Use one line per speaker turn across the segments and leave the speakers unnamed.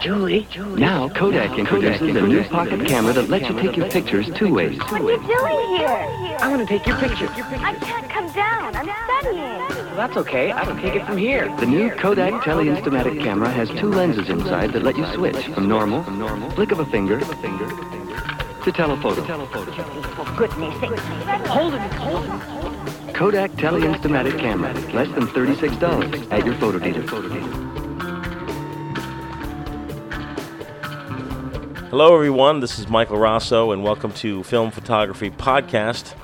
Julie, now Kodak introduces a new pocket camera that lets you take your pictures two ways.
What are you doing here?
I want to take your picture.
I can't come down. I'm studying.
Well, that's okay. I can take it from here.
The new Kodak Teleinstomatic camera has two lenses inside that let you switch from normal, flick of a finger, to telephoto.
Oh,
Goodness sakes.
Hold it. Hold it.
Kodak Teleinstomatic camera, less than $36 at your photo dealer.
Hello, everyone. This is Michael Rosso, and welcome to Film Photography Podcast,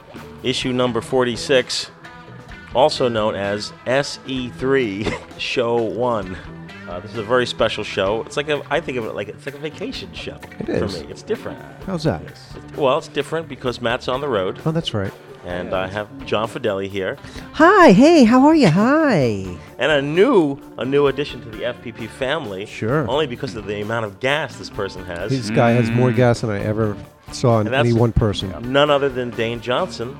issue number 46, also known as SE3 Show 1. Uh, this is a very special show. It's like a, I think of it like it's like a vacation show
It
for
is.
me. It's different.
How's that?
Well, it's different because Matt's on the road,
Oh, that's right.
and I have John Fideli here,
Hi, hey, how are you? Hi.
and a new a new addition to the FPP family.
Sure.
Only because of the amount of gas this person has.
This guy has more gas than I ever saw in
Mm. And that's-
any one person.
none other than Dane Johnson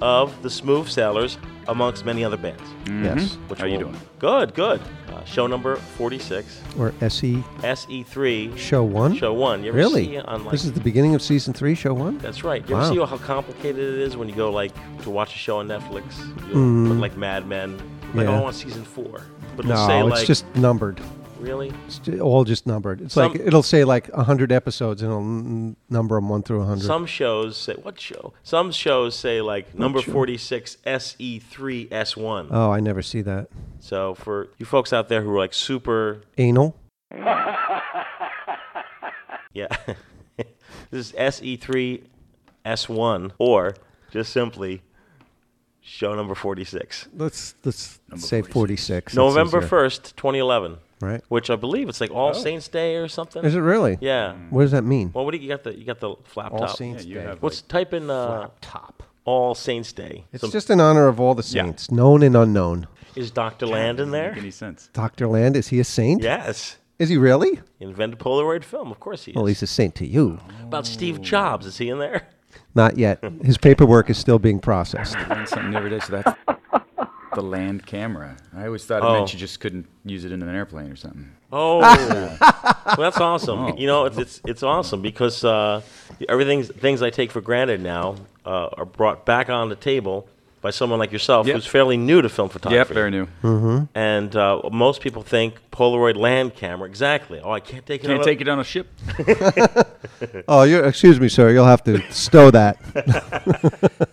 of the Smooth Sailors, amongst many other bands.
Yes.
Which
Mm. How you
we'll-
doing?
Good, good. Uh, show number 46,
Or SE
SE3,
Show 1?
Show 1. You ever see
Really?
it on like,
This is the beginning of season 3, Show 1?
That's right. You
Wow.
ever see how complicated it is when you go like to watch a show on Netflix? You
Mm.
put, like Mad Men. Like, oh,
Yeah.
I want season 4. But
No,
it'll say
it's
like,
just numbered.
really?
It's ju- all just numbered. It's
Some-
like it'll say like 100 episodes and it'll n- number them 1 through 100.
Some shows say, what show? Some shows say like number E 46, SE3, S1.
oh, I never see that.
So for you folks out there who are like super,
Anal?
yeah, this is E SE3 S1 or just simply show number 46.
Let's let's say 46. That's
November
easier.
1st, 2011,
Right.
which I believe it's like All Saints Day or something.
Is it really?
Yeah.
What does that mean?
Well, what do you, you got the you got the flap
all
top?
Saints
you
Day.
have-
What's type in uh,
top.
All Saints Day?
It's
Some-
just in honor of all the
Yeah.
saints, known and unknown.
is Dr. Land in
Doesn't
there?
Make any sense?
Dr. Land, is he a saint?
Yes.
Is he really?
He Invented Polaroid film, of course he is.
Well, he's a saint to you.
About Steve Jobs, is he in there?
Not yet. His paperwork is still being processed.
Learn something new every day. So that's the land camera. I always thought it
Oh.
meant you just couldn't use it in an airplane or something.
Oh, Well, that's awesome. You know, it's it's, it's awesome because uh, everything's things I take for granted now uh, are brought back on the table by someone like yourself,
Yep.
who's fairly new to film
Yep,
photography.
very new.
And uh, most people think Polaroid land camera. Exactly. Oh, I can't take it.
Can't
on
take it on a ship.
Oh, you're, excuse me, sir. You'll have to stow that.
A, uh,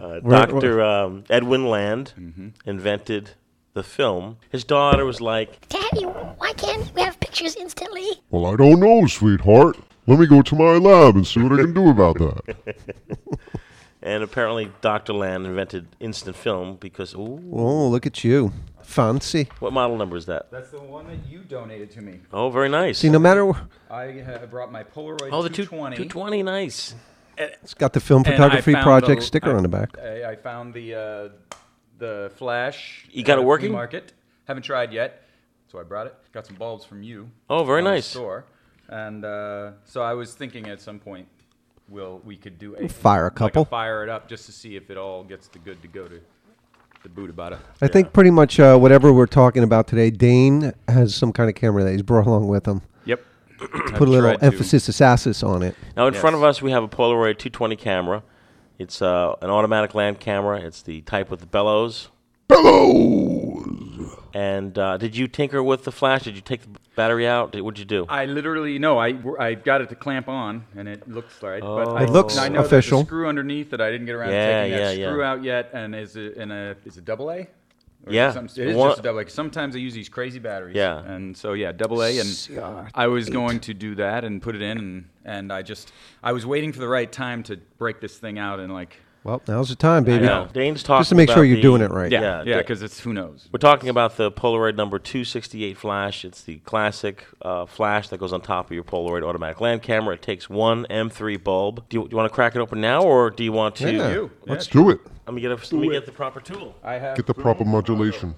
We're-
Doctor um, Mm-hmm. Edwin Land invented the film. His daughter was like,
Daddy, why can't you have pictures instantly?
Well, I don't know, sweetheart. Let me go to my lab and see what I can do about that.
and apparently Doctor Land invented instant film because ooh,
Oh, look at you. Fancy.
what model number is that?
That's the one that you donated to me.
Oh, very nice.
See, no matter. wh-
I uh, brought my Polaroid
Oh, the two two twenty, nice.
It's got the Film
And I
Photography
found
Project
the-
sticker
I-
on the back.
I, I found the uh, the flash.
You got
at
it
a flea
working?
Market. Haven't tried yet, so I brought it. Got some bulbs from you.
Oh, very
on the
nice.
store, and uh, so I was thinking at some point, will we could do a
fire a
like
couple.
fire it up just to see if it all gets the good to go to the boot about it.
I think pretty much uh, whatever we're talking about today, Dane has some kind of camera that he's brought along with him.
Yep.
Put a little emphasis assassin on it.
Now in
Yes.
front of us we have a Polaroid 220 camera. It's uh, an automatic land camera. It's the type with the bellows. Bellows. And uh, did you tinker with the flash? Did you take the battery out? Did, what'd you do?
I literally no. I I got it to clamp on, and it looks right. But
Oh. It looks
I know there's a
official.
screw underneath that I didn't get around
Yeah,
to taking that
yeah, yeah.
screw out yet, and is it in a is it double A? Or is
Yeah.
it, something- it is
One-
just a double A. 'cause Sometimes I use these crazy batteries.
Yeah.
and so yeah, double A, and I was going to do that and put it in, and and I just I was waiting for the right time to break this thing out and like
Well, now's the time,
I
baby.
know. Dane's talking
Just to make sure
about
you're
the-
doing it right.
Yeah,
yeah yeah
da-
because it's who knows.
We're talking about the Polaroid number 268 flash. It's the classic uh, flash that goes on top of your Polaroid automatic land camera. It takes one M3 bulb. Do you, do you want to crack it open now, or do you want to?
Yeah.
You. Yeah,
Let's do it.
Let me get a, let me get the proper tool.
I have
Get the proper modulation.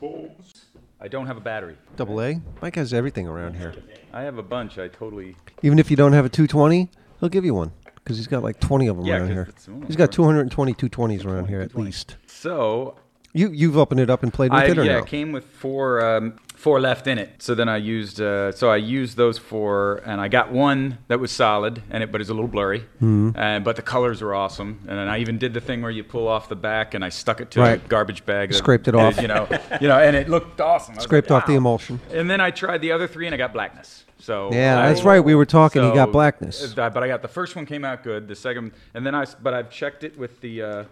I don't have a battery.
Double A. Mike has everything around here.
I have a bunch. I totally
Even if you don't have a 220, he'll give you one because he's got like 20 of them
Yeah,
around
'cause
here.
it's- oh,
He's got
right.
220 220s around here at least.
so
You you've opened it up and played with
I,
it or
yeah,
no?
came with four um, four left in it. So then I used uh, so I used those four, and I got one that was solid, and it but it's a little blurry,
Hmm.
uh, but the colors were awesome. And then I even did the thing where you pull off the back, and I stuck it to a
Right.
garbage bag, that-
Scraped it off.
you know, you know, and it looked awesome. I was
Scraped
like,
off the
"Wow."
emulsion.
And then I tried the other three, and I got blackness. So
Yeah,
I-
that's right. We were talking. He got blackness.
uh, But I got the first one came out good. The second, and then I s- but I've checked it with the. Uh,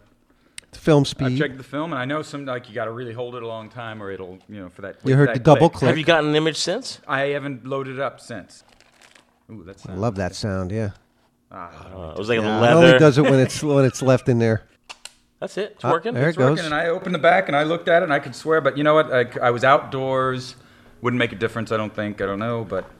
Film
I've
speed.
checked the film, and I know some like you got to really hold it a long time, or it'll you know for that.
You heard
that
the double click.
Have you gotten an image since?
I haven't loaded it up since. Ooh, that's
I love that sound. Yeah.
Uh, it was like
Yeah,
a
It only
leather.
does it when it's when it's left in there.
That's it. It's working.
There it
it's working.
goes.
And I opened the back, and I looked at it, and I could swear, but you know what? I, I was outdoors. Wouldn't make a difference, I don't think. I don't know, but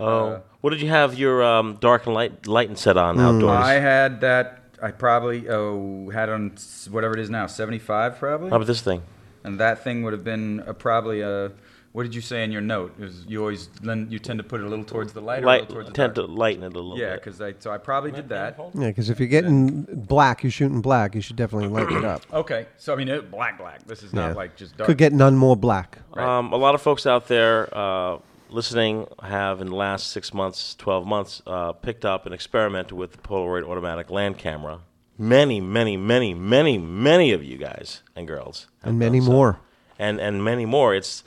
Oh, what did you have your um, dark and light light and set on
Hmm.
outdoors?
I had that. I probably oh had on s- whatever it is now, seventy five probably,
How about this thing?
and that thing would have been a, probably a. What did you say in your note? It was, you always lend- you tend to put it a little towards the light, or a
Light,
little towards the
tend to
dark.
lighten it a little
Yeah,
bit.
because I so I probably did that.
Yeah, because if you're getting black, you're shooting black. You should definitely lighten it up.
Okay, so I mean, it, black, black. This is not
Yeah.
like just dark.
Could get none more black.
Right.
Um, a lot of folks out there uh, listening have, in the last six months, 12 months, uh, picked up and experimented with the Polaroid automatic land camera. Many, many, many, many, many of you guys and girls. have
And many
done so.
more.
And, and many more. It's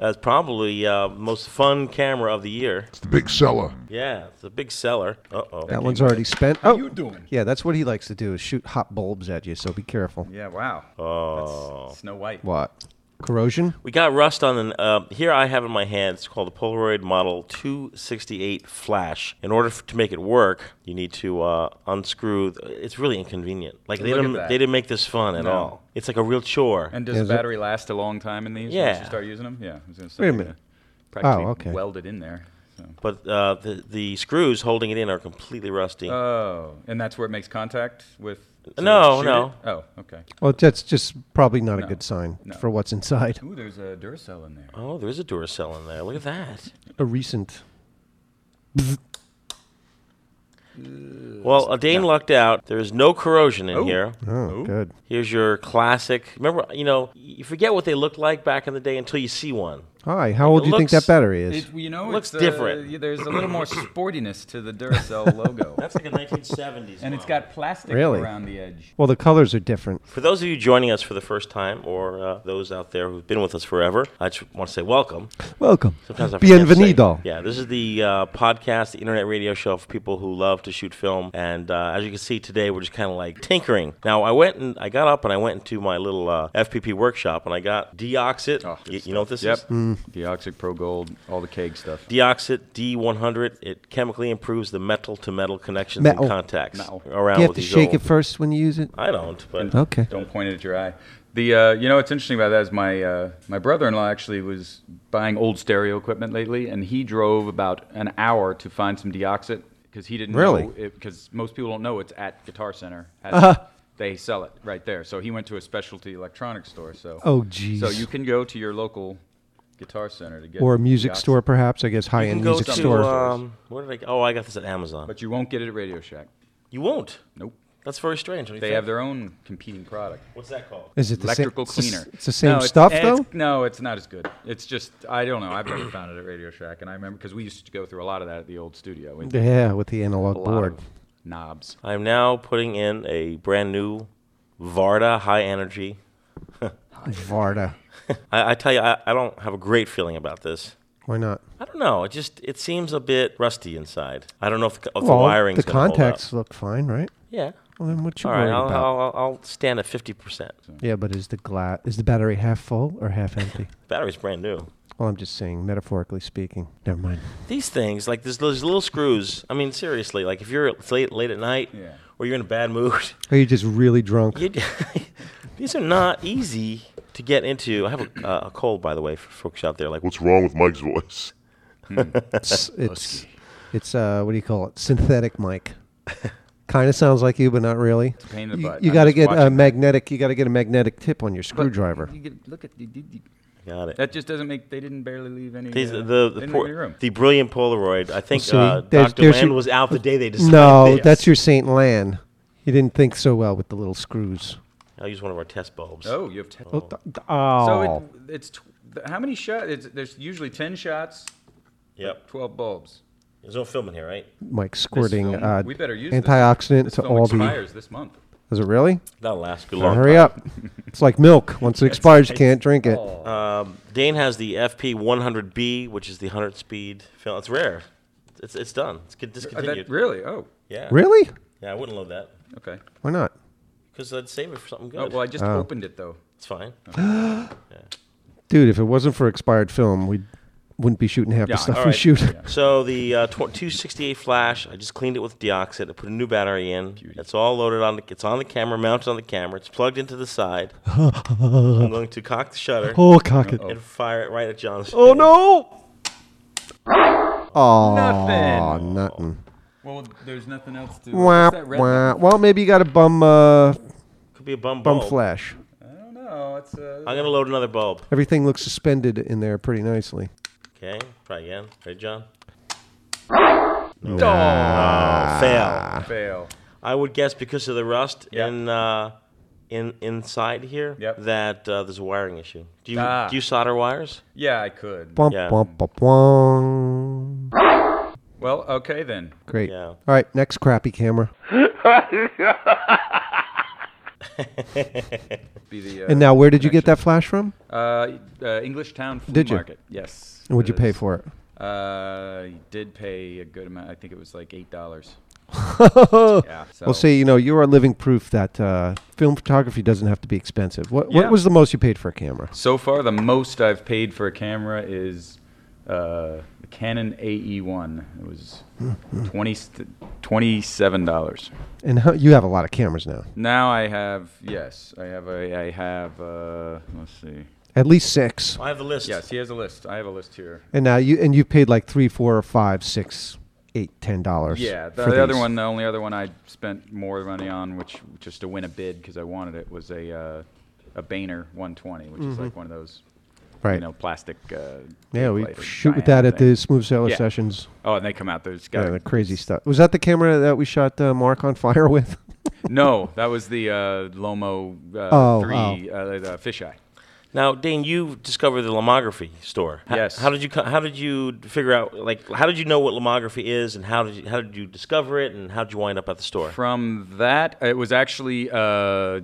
uh, probably uh, most fun camera of the year.
It's the big seller.
Yeah, it's a big seller. Uh oh.
That one's already spent. Oh,
you doing?
yeah, that's what he likes to do is shoot hot bulbs at you. So be careful.
Yeah. Wow. Oh. That's Snow White.
What? Corrosion?
We got rust on an. Uh, here I have in my hand. It's called the Polaroid Model 268 Flash. In order f- to make it work, you need to uh, unscrew. th- It's really inconvenient. Like they
Look at
didn't.
that.
They didn't make this fun at
No.
all. It's like a real chore.
And does
Is
the
it-
battery last a long time in these? Once
Yeah.
you start using them. Yeah. I was gonna say,
Wait a
yeah,
minute.
Practically
Oh, okay.
Welded in there. So.
but uh, the the screws holding it in are completely rusty.
Oh, and that's where it makes contact with. to
No,
shoot
no.
it? Oh, okay.
Well, that's just probably not a good sign
no.
for what's inside.
Ooh, there's a Duracell in there.
oh, there's a Duracell in there. Look at that.
A recent.
Well, uh, Dane lucked out. There is no corrosion in
Oh.
here.
Oh, good.
Here's your classic. Remember, you know, you forget what they looked like back in the day until you see one.
Hi, how
It
old do you think
looks-
that battery is?
It, you know,
Looks
it's,
different.
Uh, yeah, there's a little more sportiness to the Duracell logo,
That's like a 1970s.
and it's got plastic
Really?
around the edge.
well, the colors are different.
For those of you joining us for the first time, or uh, those out there who've been with us forever, I just want to say welcome.
Welcome.
Sometimes I forget to say-
Bienvenido.
yeah, this is the uh, podcast, the internet radio show for people who love to shoot film. And uh, as you can see today, we're just kind of like tinkering. Now, I went and I got up and I went into my little uh, FPP workshop and I got Deoxit.
Oh, good
Y- you know what this
Yep.
is?
Hmm.
Deoxic Pro Gold, all the keg stuff.
Deoxit D100. It chemically improves the metal to metal connections
Metal.
and contacts
Metal.
around
Do you
with
have to
these
shake
old-
it first when you use it?
I don't, but
Okay.
Don't point it at your eye. The uh, you know what's interesting about that is my uh, my brother-in-law actually was buying old stereo equipment lately, and he drove about an hour to find some deoxit because he didn't
Really? Uh-huh.
because most people don't know it's at Guitar Center. Has, They sell it right there. So he went to a specialty electronics store. So
Oh, geez.
So you can go to your local guitar center to get
Or a music
Deoxit,
store, perhaps. I guess high
you can
end
go
music
to.
store.
Um, where did I? Oh, I got this at Amazon.
but you won't get it at Radio Shack.
You won't.
Nope.
That's very strange.
They have their own competing product.
What's that called?
is it the
electrical
same? it's the s-
cleaner.
It's the same
No,
stuff,
it's-
though?
it's- no, it's not as good. It's just I don't know. I've never found it at Radio Shack, and I remember because we used to go through a lot of that at the old studio. and
Yeah, with the analog
a lot
board.
of knobs.
I'm now putting in a brand new Varda high energy.
Varda.
I, I tell you, I, I don't have a great feeling about this.
Why not?
I don't know. It just it seems a bit rusty inside. I don't know if the, if the
well,
wiring's
the
gonna hold up.
contacts look fine, right?
Yeah.
Well, then what you
All right.
worried
I'll,
about?
I'll, I'll, I'll stand at fifty percent.
yeah, but is the gla- is the battery half full or half empty?
Battery's brand new.
well, I'm just saying, metaphorically speaking. Never mind.
These things, like this, those little screws. I mean, seriously, like if you're late late at night
Yeah.
or you're in a bad mood,
Are you just really drunk?
You, these are not easy to get into. I have a, uh, a cold, by the way, for folks out there. Like,
What's wrong with Mike's voice?
It's it's, it's uh, what do you call it? Synthetic mic. kind of sounds like you, but not really.
pain in the
you
butt.
you
I'm
got to
just
get a
watching.
magnetic. You got to get a magnetic tip on your screwdriver.
You get- look at the- the- the-
got it.
that. Just doesn't make. They didn't barely leave any.
These, the
uh, they
the,
didn't
por-
leave any room.
the brilliant Polaroid. I think
see,
uh,
there's-
Dr.
there's
Land
your-
was out the day they decided.
No,
this.
that's your Saint Lan. He didn't think so well with the little screws.
I'll use one of our test bulbs.
Oh, you have ten.
Oh. th- th- oh.
So it, it's tw- th- how many shots? It's, there's usually ten shots,
Yep.
twelve bulbs.
There's no film in here, right?
Mike squirting
film-
uh,
we better use this.
antioxidant
This
to
film
all the.
expires this month.
Is it really?
That'll last a good
Now
long.
hurry
time.
up! It's like milk. Once it expires, you can't drink
Uh,
it.
Oh,
Dane has the FP 100B, which is the 100 speed film. It's rare. It's it's done. It's good
Uh,
discontinued.
that, really? Oh,
Yeah.
Really?
Yeah, I wouldn't load that
okay.
Why not?
because I'd save it for something good.
Oh, well, I just opened it though.
it's fine.
Dude, if it wasn't for expired film, we wouldn't be shooting half
Yeah,
the stuff
all
we
right.
shoot.
So the uh, tw- 268 flash, I just cleaned it with deoxit. I put a new battery in. It's all loaded on. The, it's on the camera, mounted on the camera. It's plugged into the side. I'm going to cock the shutter
Oh, cock it.
and fire it right at John's.
Oh, no! Oh,
Nothing.
nothing.
Well, there's nothing else to.
Wah,
what's that red
wah.
thing?
Well, maybe you got a bum, uh,
Could be a bum
bum
bulb.
flash.
I don't know. It's uh,
I'm gonna load another bulb.
Everything looks suspended in there pretty nicely.
Okay, try again. Ready, John?
oh,
Ah.
Oh, fail.
fail.
I would guess because of the rust
Yeah.
in uh, in inside here
Yep.
that uh, there's a wiring issue. Do you
Ah.
do you solder wires?
Yeah, I could.
Bum,
Yeah.
bum, bum, bum.
Well, okay then.
Great.
Yeah.
All right, next crappy camera.
Be the. Uh,
And now, where did you get that flash from?
Uh, uh, English Town Flea
Did you?
Market. Yes.
And what'd you pay
is.
for it?
Uh, I did pay a good amount. I think it was like eight dollars. yeah. So.
Well, see, you know, you are living proof that uh, film photography doesn't have to be expensive. What,
Yeah.
what was the most you paid for a camera?
So far, the most I've paid for a camera is uh, the Canon AE1. It was
Mm-hmm.
20, twenty-seven dollars.
And how, you have a lot of cameras now.
Now I have yes, I have a, I have. Uh, let's see.
At least six.
I have the list.
Yes, he has a list. I have a list here.
And now you and you paid like three, four, five, six, eight, ten dollars.
Yeah, the,
for
the other
these.
one, the only other one I spent more money on, which just to win a bid because I wanted it, was a uh, a Boehner 120, which is like one of those,
right?
you know, plastic. Uh,
yeah, we
plate or
shoot with that
diamond
at
thing.
the smooth sailor
Yeah.
sessions.
Oh, and they come out. There's
Yeah,
got
the crazy stuff. Was that the camera that we shot uh, Mark on fire with?
No, that was the uh, Lomo uh,
Oh,
three Uh, the fisheye.
Now, Dane, you discovered the lomography store. H-
Yes.
How did you co- How did you figure out like How did you know what lomography is, and how did you, How did you discover it, and how did you wind up at the store?
From that, it was actually uh,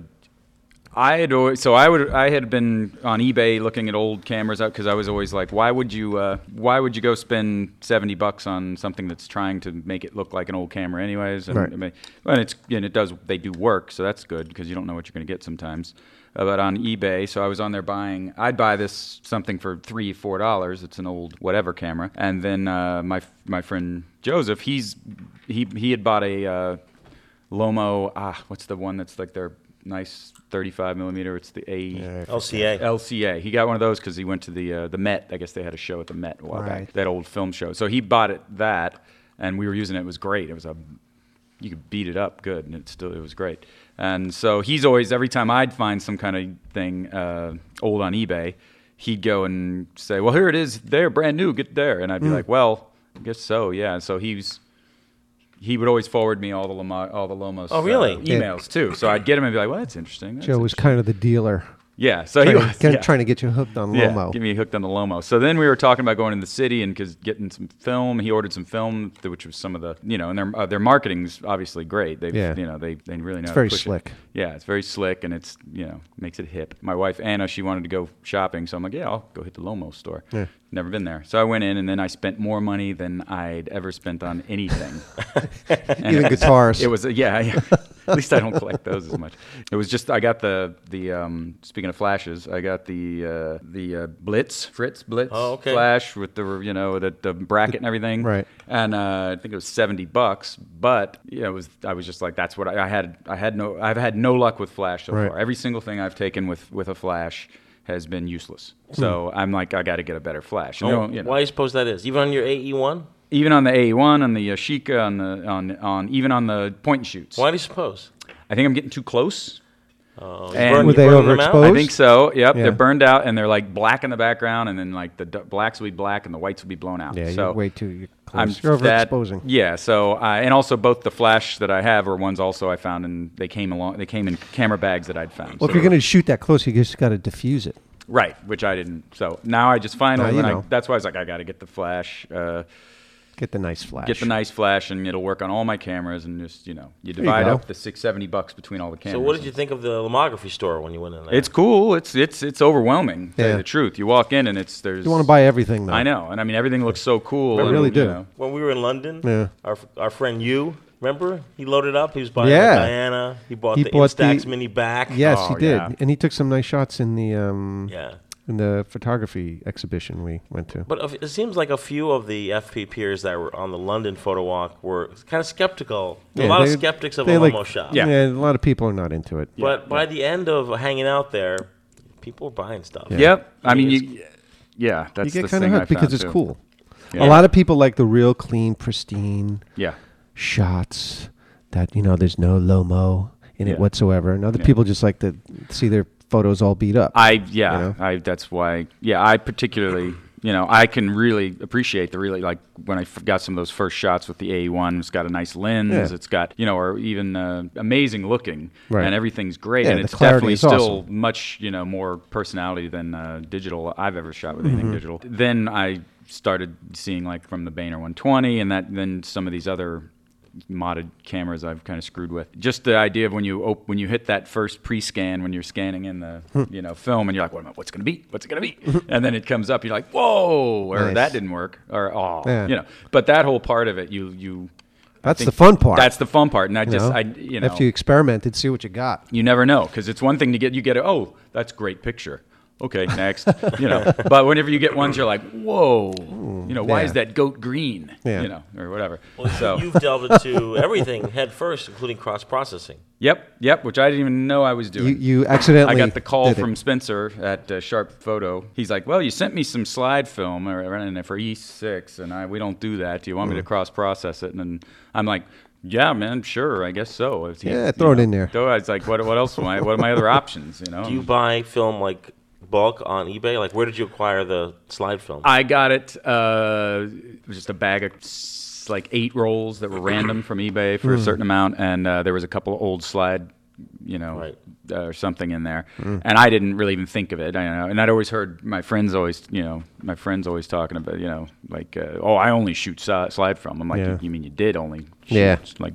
I had always, so I would I had been on eBay looking at old cameras out because I was always like, why would you uh, why would you go spend seventy bucks on something that's trying to make it look like an old camera anyways? And,
Right.
I mean, and it's and it does they do work, so that's good because you don't know what you're going to get sometimes. Uh, but on eBay, so I was on there buying. I'd buy this something for three four dollars. It's an old whatever camera, and then uh, my my friend Joseph, he's he he had bought a. Uh, Lomo, ah, what's the one that's like their nice 35 millimeter? It's the A
LCA.
LCA. He got one of those because he went to the uh, the Met. I guess they had a show at the Met a while
Right.
back, that old film show. So he bought it that, and we were using it. It was great. It was a you could beat it up good, and it still it was great. And so he's always every time I'd find some kind of thing uh, old on eBay, he'd go and say, "Well, here it is. There, brand new. Get there." And I'd
Mm.
be like, "Well, I guess so. Yeah." So he's he would always forward me all the Loma, all the Lomos
Oh, really?
uh, emails too. So I'd get him and be like, "Well, that's interesting." That's
Joe was kind of the dealer,
yeah, so he
trying,
was
kind
yeah.
of trying to get you hooked on
Yeah,
Lomo.
get me hooked on the Lomo. So then we were talking about going to the city and cause getting some film. He ordered some film, th- which was some of the you know, and their uh, their marketing's obviously great. They
Yeah.
have you know they they really know. It's
very slick.
Yeah, it's very slick and it's you know makes it hip. My wife Anna, she wanted to go shopping, so I'm like, yeah, I'll go hit the Lomo store.
Yeah.
Never been there, so I went in and then I spent more money than I'd ever spent on anything. And
Even
it was-
guitars.
It was uh, yeah. yeah. At least I don't collect those as much. It was just I got the the um, speaking of flashes, I got the uh, the uh, Blitz Fritz Blitz
Oh, okay.
flash with the you know the, the bracket and everything.
Right.
And uh, I think it was seventy bucks, but yeah, it was I was just like that's what I, I had. I had no I've had no luck with flash so
Right.
far. Every single thing I've taken with with a flash has been useless.
Hmm.
So I'm like I got to get a better flash. And they
Oh,
don't, you know
Why do you suppose that is? Even on your E AE1?
even on the AE1, on the Yashica, on the on on even on the point and shoots.
Why do you suppose?
I think I'm getting too close.
Uh, you
And-
burn-
Were
you
they
burn them out?
overexposed?
I think so. Yep,
Yeah.
they're burned out and they're like black in the background, and then like the d- blacks will be black and the whites will be blown out.
Yeah,
so
you're way too you're
I'm
close. You're
that-
overexposing.
yeah, so uh, and also both the flash that I have are ones also I found and they came along. They came in camera bags that I'd found.
well, if
so-
you're going to shoot that close, you just got to diffuse it.
right, which I didn't. So now I just finally
you
when I-
know.
that's why I was like I got to get the flash. Uh,
Get the nice flash.
Get the nice flash, and it'll work on all my cameras. And just you know, you
you
divide
go.
up the six seventy bucks between all the cameras.
So what did
and-
you think of the lomography store when you went in there?
It's cool. It's it's it's overwhelming. To tell
Yeah.
you the truth, you walk in and it's there's.
You want to buy everything though.
I know, and I mean everything looks so cool.
I
and,
really
you
do.
know.
when we were in London.
Yeah.
Our our friend you remember he loaded up. He was buying
Yeah.
the Diana. He bought
He
the
bought the-
Instax mini back.
Yes,
Oh,
he did,
yeah.
and he took some nice shots in the um,
Yeah.
in the photography exhibition we went to.
But of- it seems like a few of the FP peers that were on the London photo walk were kind of skeptical. a
Yeah,
lot
they-
of skeptics of
they
a
like-
homo shop.
Yeah.
a lot of people are not into it.
But by the end of hanging out there, people were buying stuff.
Yep. I mean,
mean,
you, yeah,
you
that's
get
the
kind
thing
of
I
hooked because
found,
it's
too.
cool. A
Yeah.
lot of people like the real clean, pristine
Yeah.
shots that you know there's no lomo in
Yeah.
it whatsoever, and other
Yeah.
people just like to see their photos all beat up.
I yeah.
You know?
I that's why yeah. I particularly you know I can really appreciate the really like when I f- got some of those first shots with the A one. It's got a nice lens.
Yeah.
It's got you know or even uh, amazing looking
Right.
and everything's great
Yeah,
and
the
it's
clarity
definitely
is
still
awesome.
much you know more personality than uh, digital I've ever shot with
Mm-hmm.
anything digital. Then I started seeing like from the Bainer 120 and that then some of these other modded cameras I've kind of screwed with. Just the idea of when you op- when you hit that first pre-scan when you're scanning in the
Hmm.
you know film and you're like, what am I, what's it gonna be? What's it gonna be? and then it comes up, you're like, whoa, or
Mm-hmm. Nice.
that didn't work, or oh,
Yeah.
you know. But that whole part of it, you you. I
That's
think
the fun part.
That's the fun part, and I
you
just
know?
I you know
after you experimented, see what you got.
you never know because it's one thing to get you get a, oh that's great picture okay next you know but whenever you get ones you're like whoa you know why
yeah.
is that goat green
Yeah.
you know or whatever
Well,
so
You've delved into everything head first, including cross processing.
yep yep which i didn't even know i was doing
You you accidentally.
I got the call
did it.
from Spencer at uh, Sharp Photo. He's like, "Well, you sent me some slide film or- or- and for E6, and I we don't do that. Do you want me to
Mm.
cross process it?" And then I'm like, "Yeah, man, sure, I guess so." If he-
Yeah,
you
throw it
know.
in there.
So I was like, "What? What else? Am I, what are my other options?" You know.
Do you buy film like bulk on eBay? Like, where did you acquire the slide film?
I got it. Uh, it was just a bag of s- like eight rolls that were random from eBay
Hmm.
for a certain amount, and uh, there was a couple of old slide, you know,
Right.
uh, or something in there.
Hmm.
And I didn't really even think of it. I don't know, and I'd always heard my friends always, you know, my friends always talking about, you know, like, uh, oh, I only shoot si- slide from. I'm like,
Yeah.
you mean you did only? Shoot,
Yeah.
Like,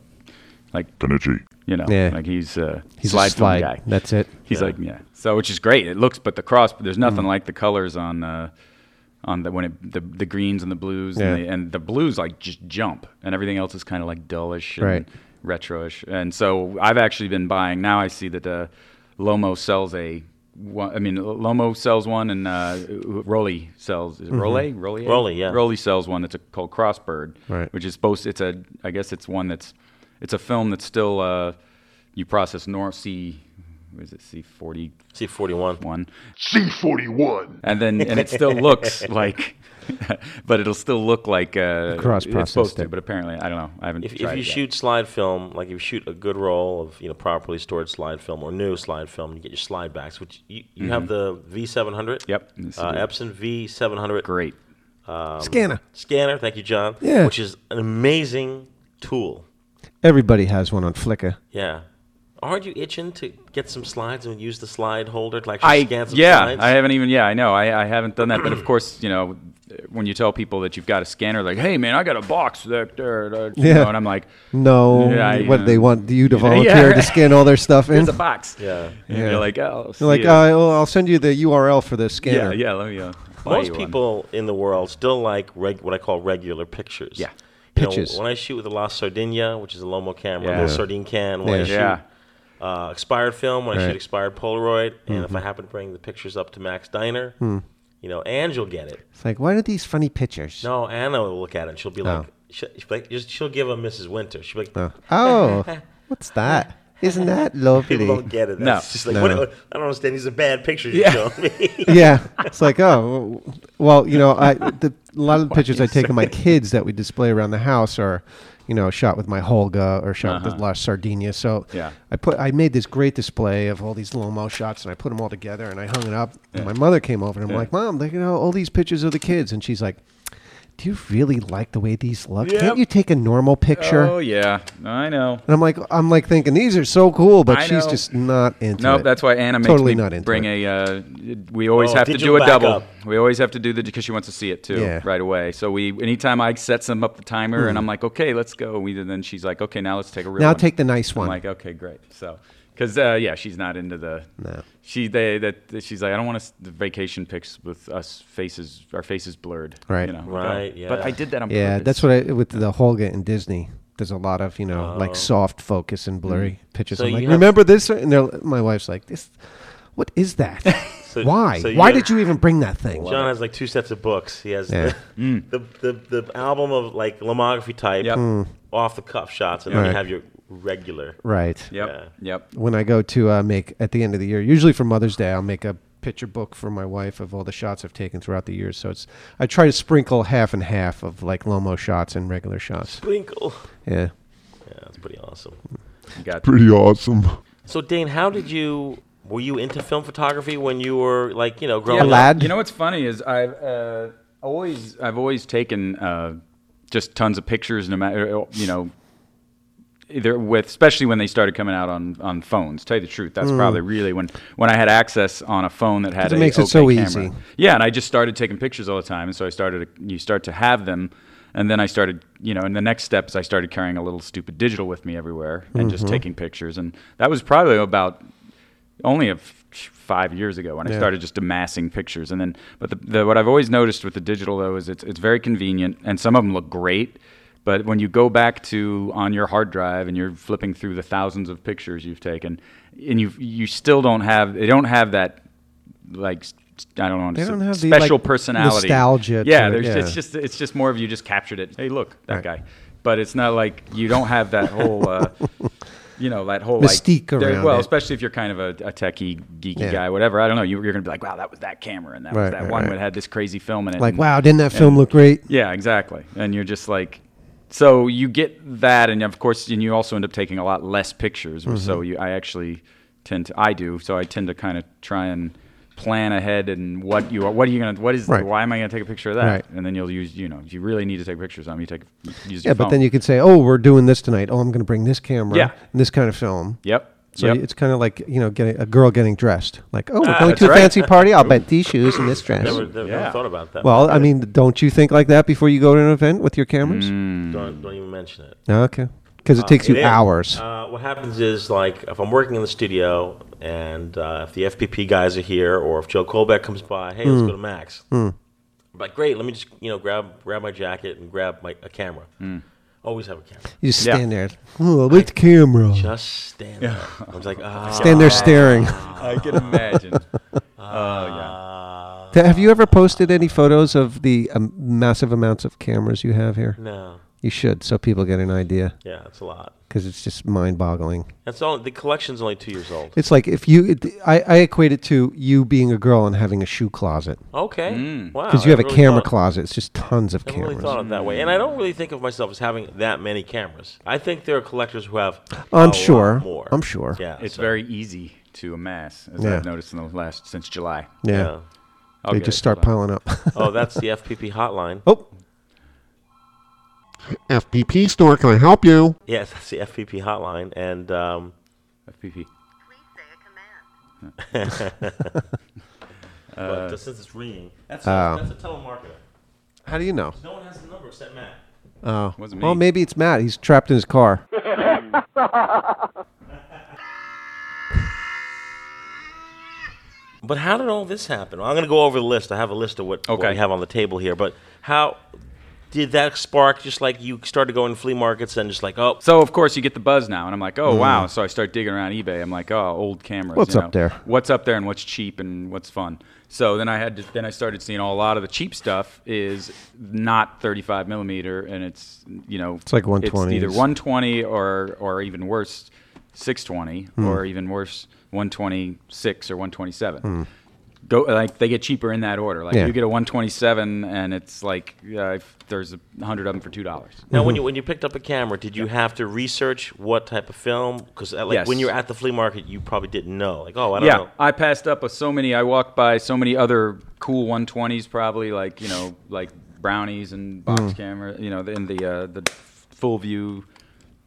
like
Tanichi.
you know,
Yeah.
like he's uh,
He's a
slide, film
slide.
guy.
That's it.
He's like, yeah. So which is great. It looks, but the cross, there's
Mm-hmm.
nothing like the colors on, uh, on the when it the, the greens and the blues and,
Yeah.
the, and the blues like just jump, and everything else is kind of like dullish and
Right.
retroish. And so I've actually been buying now. I see that uh, Lomo sells a. One, I mean, Lomo sells one, and uh, Rolly sells is
Mm-hmm.
it Rolly, Rolly,
Rolly, yeah.
Rolly sells one that's a, called Crossbird,
Right.
which is supposed. It's a, I guess it's one that's, it's a film that's still, uh, you process North C, what is it C forty
C forty one.
one,
C41.
and then and it still looks like, but it'll still look like uh,
Cross-processed
It's supposed to,
it.
but apparently I don't know. I haven't.
If, if
tried
you
it yet.
shoot slide film, like if you shoot a good roll of you know properly stored slide film or new slide film, you get your slide backs, which you, you have the V700.
Yep.
Uh, Epson V700
great.
Um,
scanner.
scanner. Thank you, John.
Yeah.
Which is an amazing tool.
Everybody has one on Flickr.
Yeah. Aren't you itching to get some slides and use the slide holder to like
I
scan some
yeah,
slides?
I haven't even yeah, I know. I, I haven't done that, but of course, you know, when you tell people that you've got a scanner, like, hey man, I got a box that, there, there," you
Yeah.
know, and I'm like,
No,
Yeah, I-
what do they want you to
Yeah,
volunteer
right.
to scan all their stuff in?
there's a box.
Yeah.
And
Yeah.
You're like, oh, I'll see
They're like,
you."
uh, well, I'll send you the URL for the
yeah,
scanner.
yeah, let me. Uh, buy
Most
you one.
people in the world still like reg- what I call regular pictures.
Yeah.
You know,
Pictures.
when I shoot with the La Sardinia, which is a Lomo camera, a
Yeah.
little sardine can, when I
Yeah.
shoot
Yeah.
uh, expired film, when I
Right.
shoot expired Polaroid, and
Mm-hmm.
if I happen to bring the pictures up to Max Diner, you know, Ange will get it.
It's like, why are these funny pictures?
No, Anna will look at it. and She'll be
Oh.
like, she'll, she'll, be like- she'll give a Mrs. Winter. She'll be like,
Oh. Oh, what's that? Isn't that
people don't
lovely?
get it.
No.
That's just like, what-
No.
I don't understand. These are bad pictures you're
Yeah.
showing me.
yeah, it's like, oh, well, you know, I the, a lot of the pictures I take of my kids that we display around the house are, you you know, shot with my Holga or shot with the Lost Sardinia. So
Uh-huh. Yeah.
I put I made this great display of all these Lomo shots and I put them all together and I hung it up. And my mother came over and I'm like, Mom, look at all, all these pictures of the kids. And she's like, Do you really like the way these look?
Yep.
Can't you take a normal picture?
Oh yeah, I know.
And I'm like, I'm like thinking these are so cool, but
I
she's
know.
just not into
No,
it.
that's why Anna makes
totally
me
not into
bring
it.
a. Uh, we always
Oh,
have to
digital
do a double.
backup.
We always have to do the because she wants to see it too
Yeah. Hmm.
right away. So we anytime I set some up the timer and I'm like, okay, let's go. We and then she's like, okay, now let's take a real.
Now
one."
take the nice one.
I'm like, okay, great. So because uh, yeah, she's not into the.
No.
She they that that she's like, I don't want us the vacation pics with us faces our faces blurred.
Right.
You know,
Right,
But- But
yeah.
I did that on
yeah,
purpose.
that's what I with the Holga and Disney. There's a lot of you know like soft focus and blurry pictures.
Oh. Mm-hmm. So
I'm like,
you have-
remember this? And they're- my wife's like, this. What is that?
So-
Why?
so you
Why
have-
did you even bring that thing?
John has like two sets of books. He has
Yeah.
the, the, the the album of like lomography type,
Mm. Yep. Mm.
off the cuff shots, and then you
Hmm. Right.
have your regular.
Right.
Yep.
Yeah.
Yep.
When I go to uh, make at the end of the year, usually for Mother's Day, I'll make a picture book for my wife of all the shots I've taken throughout the years. So it's I try to sprinkle half and half of like Lomo shots and regular shots.
Sprinkle.
Yeah.
Yeah, that's pretty awesome.
You got
Pretty awesome.
So Dane, how did you? Were you into film photography when you were like you know growing
A
up?
lad.
You know what's funny is I've uh, always I've always taken uh, just tons of pictures, no matter uh, you know. Either with, especially when they started coming out on, on phones. Tell you the truth, that's probably really when, when I had access on a phone that had
Mm. it
a
makes it
okay
so
camera.
easy.
Yeah, and I just started taking pictures all the time, and so I started. You start to have them, and then I started. You know, and the next step is I started carrying a little stupid digital with me everywhere and just
Mm-hmm.
taking pictures, and that was probably about only a f- five years ago when I started just amassing pictures. And then, but the, the, what I've always noticed with the digital though is it's it's very convenient, and some of them look great. But when you go back to on your hard drive and you're flipping through the thousands of pictures you've taken, and you you still don't have they don't have that like s- I don't know
They don't have the,
special
like,
personality
nostalgia
Yeah,
to it,
there's,
yeah.
it's just it's just more of you just captured it. Hey, look that guy. But it's not like you don't have that whole. Uh, You know that whole
Mystique
like, there-
around
well,
it.
especially if you're kind of a, a techie, geeky
Yeah.
guy, whatever. I don't know. You, you're going to be like, wow, that was that camera, and that was
Right,
that
right,
one
right.
that had this crazy film in it.
Like,
and-
wow, didn't that film look great?
yeah, exactly. And you're just like, so you get that, and of course, and you also end up taking a lot less pictures.
Mm-hmm.
So you, I actually tend to, I do, so I tend to kind of try and plan ahead and what you are, what are you gonna, what is,
Right.
why am I gonna take a picture of that?
Right.
And then you'll use, you know, if you really need to take pictures on, 'em, you take, use
Yeah,
your
but
phone.
then you can say, "Oh, we're doing this tonight. Oh, I'm going to bring this camera
Yeah.
and this kind of film."
Yep.
So
yep.
it's kind of like you know, getting a girl getting dressed. Like, oh, we're
Ah,
going
that's
to a
right.
fancy party. I'll bet these shoes and this dress.
Never, never, never
Yeah.
thought about that.
Well, I mean, don't you think like that before you go to an event with your cameras?
Mm.
don't, don't even mention it.
No, okay, because
Ah,
it takes you
It is.
hours.
Uh, what happens is, like, if I'm working in the studio and uh, if the FPP guys are here or if Joe Colbeck comes by, hey,
Hmm.
let's go to Max. I'm like, great, let me just, you know, grab grab my jacket and grab my a camera.
Hmm.
Always have a camera.
you just
yeah.
stand there. Oh, with the camera.
Just stand there. I was like, ah.
Stand there staring.
I can imagine.
ah,
Th- have you ever posted any photos of the um, massive amounts of cameras you have here?
no.
You should, so people get an idea,
Yeah, it's a lot.
because it's just mind-boggling.
That's all. The collection's only two years old.
It's like if you, it, I, I equate it to you being a girl and having a shoe closet
Okay.
Hmm.
Wow.
because you have
I
a
really
camera
Oh, thought-
closet. It's just tons of
I never
cameras.
really thought of it that way, and I
Hmm.
don't really think of myself as having that many cameras. I think there are collectors who have. a
I'm
lot
sure.
more.
I'm sure.
Yeah.
it's
Uh, so-
very easy to amass, as
Yeah.
I've noticed in the last since July.
yeah,
Yeah.
I'll
they
get
just
it,
start
hold on.
piling up.
Oh, that's the FPP hotline.
oh,
FPP store, can I help you?
Yes, that's the FPP hotline, and um,
FPP. Uh,
but since it's ringing, that's,
Oh.
a, that's a telemarketer.
how do you know?
No one has the number except Matt.
Oh,
Wasn't
well,
me.
maybe it's Matt. He's trapped in his car.
But how did all this happen? I'm going to go over the list. I have a list of what, what
Okay.
we have on the table here. But how did that spark? Just like you started going to flea markets and just like, oh,
So of course you get the buzz now, and I'm like, oh wow. So I start digging around eBay. I'm like, oh, old cameras.
Mm-hmm. What's
you
up
know.
there?
What's up there, and what's cheap, and what's fun. So then I had to, then I started seeing a lot of the cheap stuff is not 35 millimeter, and it's you know it's
like
It's
120s.
either 120 or or even worse,
Hmm.
620 or even worse, 126 or 127. go like they get cheaper in that order. Like
Hmm. Yeah.
you get a 127 and it's like uh, if there's a hundred of them for two dollars.
Now, when you when you picked up a camera, did you have to research what type of film? Because like
Yes.
when you're at the flea market, you probably didn't know. Like, oh, I don't
yeah,
know.
I passed up a, so many. I walked by so many other cool 120s, probably like you know, like brownies and box camera. You know, in the uh, the full view,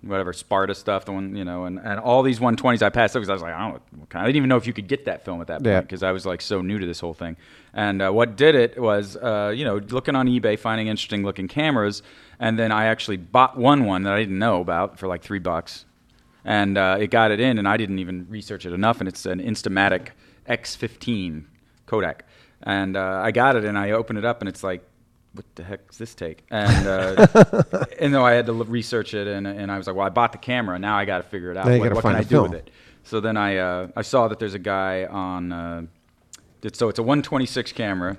whatever Sparta stuff. The one you know, and, and all these 120s I passed up because I was like, I don't know, what kind. I didn't even know if you could get that film at that
Yeah.
point because I was like so new to this whole thing. And uh, what did it was, uh, you know, looking on eBay, finding interesting looking cameras, and then I actually bought one one that I didn't know about for like three bucks and uh, it got it in, and I didn't even research it enough. And it's an Instamatic X15 Kodak, and uh, I got it, and I opened it up, and it's like, what the heck does this take? And uh, and though I had to l- research it, and and I was like, well, I bought the camera, now I got to figure it out.
Now you
What,
gotta
what can
find
I
the
do with
film.
it? So then I uh, I saw that there's a guy on. Uh, it's, so it's a 126 camera,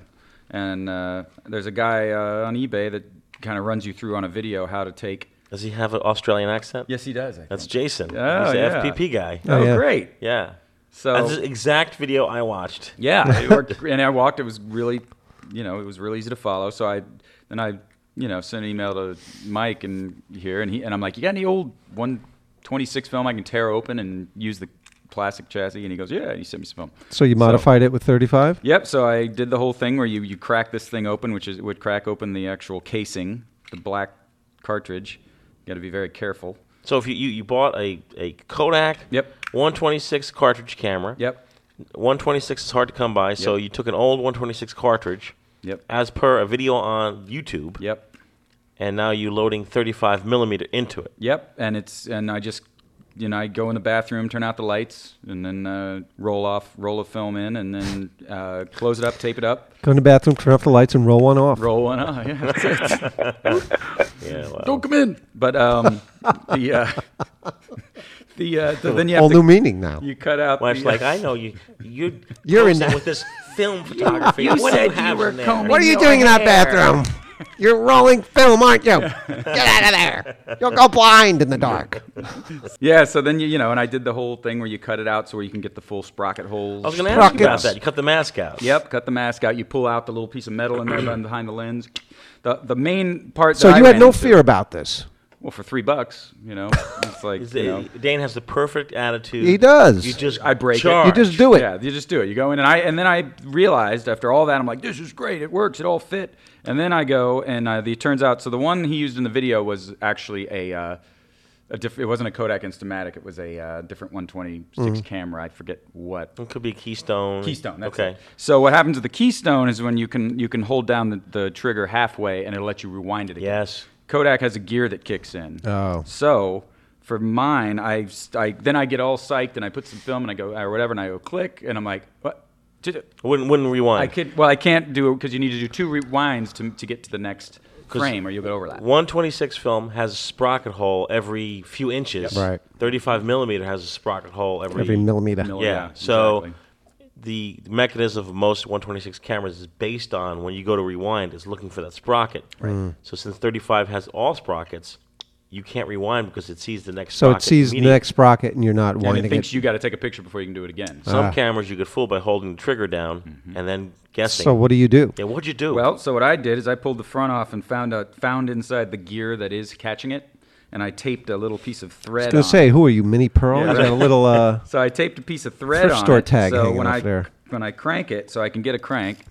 and uh, there's a guy uh, on eBay that kind of runs you through on a video how to take.
Does he have an Australian accent?
Yes, he does. I
That's
think.
Jason.
Oh,
He's the
yeah.
FPP guy.
Oh,
oh,
yeah.
great.
Yeah.
So
That's the exact video I watched.
Yeah, it worked. and I walked. It was really, you know, it was really easy to follow. So I, then I, you know, sent an email to Mike and here, and he, and I'm like, you got any old 126 film I can tear open and use the plastic chassis? And he goes, yeah. And he sent me some film.
So you modified it with 35?
Yep. So I did the whole thing where you you crack this thing open, which is would crack open the actual casing, the black cartridge. You got to be very careful.
So if you, you, you bought a, a Kodak
Yep.
126 cartridge camera.
Yep.
126 is hard to come by, so
Yep.
you took an old 126 cartridge.
Yep.
As per a video on YouTube.
Yep.
And now you're loading 35 millimeter into it.
Yep, and it's and I just you know I go in the bathroom, turn out the lights, and then uh, roll off roll a film in, and then uh, close it up, tape it up,
Go in the bathroom, turn off the lights, and roll one off.
roll one off. Yeah, that's it.
Yeah. Wow.
Don't come in. But um, the uh, the, uh, the then you have
All
to,
new meaning now.
You cut out.
Wife's
the, uh,
like, I know you. You
You're in
posing
that-
with this film photography.
you
what do
said you
have
were
in there?
combing-
What are you
Your
doing in that
hair.
bathroom? You're rolling film, aren't you? Get out of there. You'll go blind in the dark.
Yeah, so then you you know, and I did the whole thing where you cut it out so where you can get the full sprocket holes.
I was going to ask you about
Sprockets.
that. You cut the mask out.
Yep, cut the mask out. You pull out the little piece of metal in there behind the lens. The the main part.
So
that I
you had
ran
no
into-
fear about this.
Well, for three bucks, you know, it's like
Is
you know,
it- Dane has the perfect attitude.
He does.
You just
I break
charge.
it.
You just do it.
Yeah, you just do it. You go in, and I and then I realized after all that, I'm like, this is great. It works. It all fit. And then I go, and uh, the, it turns out so the one he used in the video was actually a. Uh, a diff- it wasn't a Kodak Instamatic. It was a uh, different
Mm-hmm.
126 camera. I forget what
It could be Keystone.
Keystone. That's
okay.
it. So what happens with the Keystone is when you can you can hold down the, the trigger halfway and it'll let you rewind it again.
Yes.
Kodak has a gear that kicks in.
Oh.
So for mine, I, I then I get all psyched and I put some film and I go or whatever and I go click and I'm like what. Did it-
Wouldn't wouldn't rewind.
I could well I can't do it because you need to do two rewinds to, to get to the next frame or you'll get overlap.
126 film has a sprocket hole every few inches.
Right.
35 millimeter has a sprocket hole every.
Every millimeter.
Mil-
yeah.
Yeah,
So
exactly.
the mechanism of most 126 cameras is based on when you go to rewind is looking for that sprocket. Right. So since 35 has all sprockets, you can't rewind because it sees the next.
So it
sprocket
sees the
immediately.
next sprocket and you're not
And it
winding
thinks
it.
you got to take a picture before you can do it again.
Ah.
Some cameras you could fool by holding the trigger down and then guessing.
So what do you do?
yeah, what'd you do?
Mm-hmm. Well, so what I did is I pulled the front off and found out found inside the gear that is catching it, and I taped a little piece of thread.
I was going to
on
say, who are you, Mini Pearl?
Yeah,
you got a
right.
little, uh,
So I taped a piece of thread
Thrift
on
store
it,
tag
so
hanging
when
off
I
there.
when I crank it, so I can get a crank,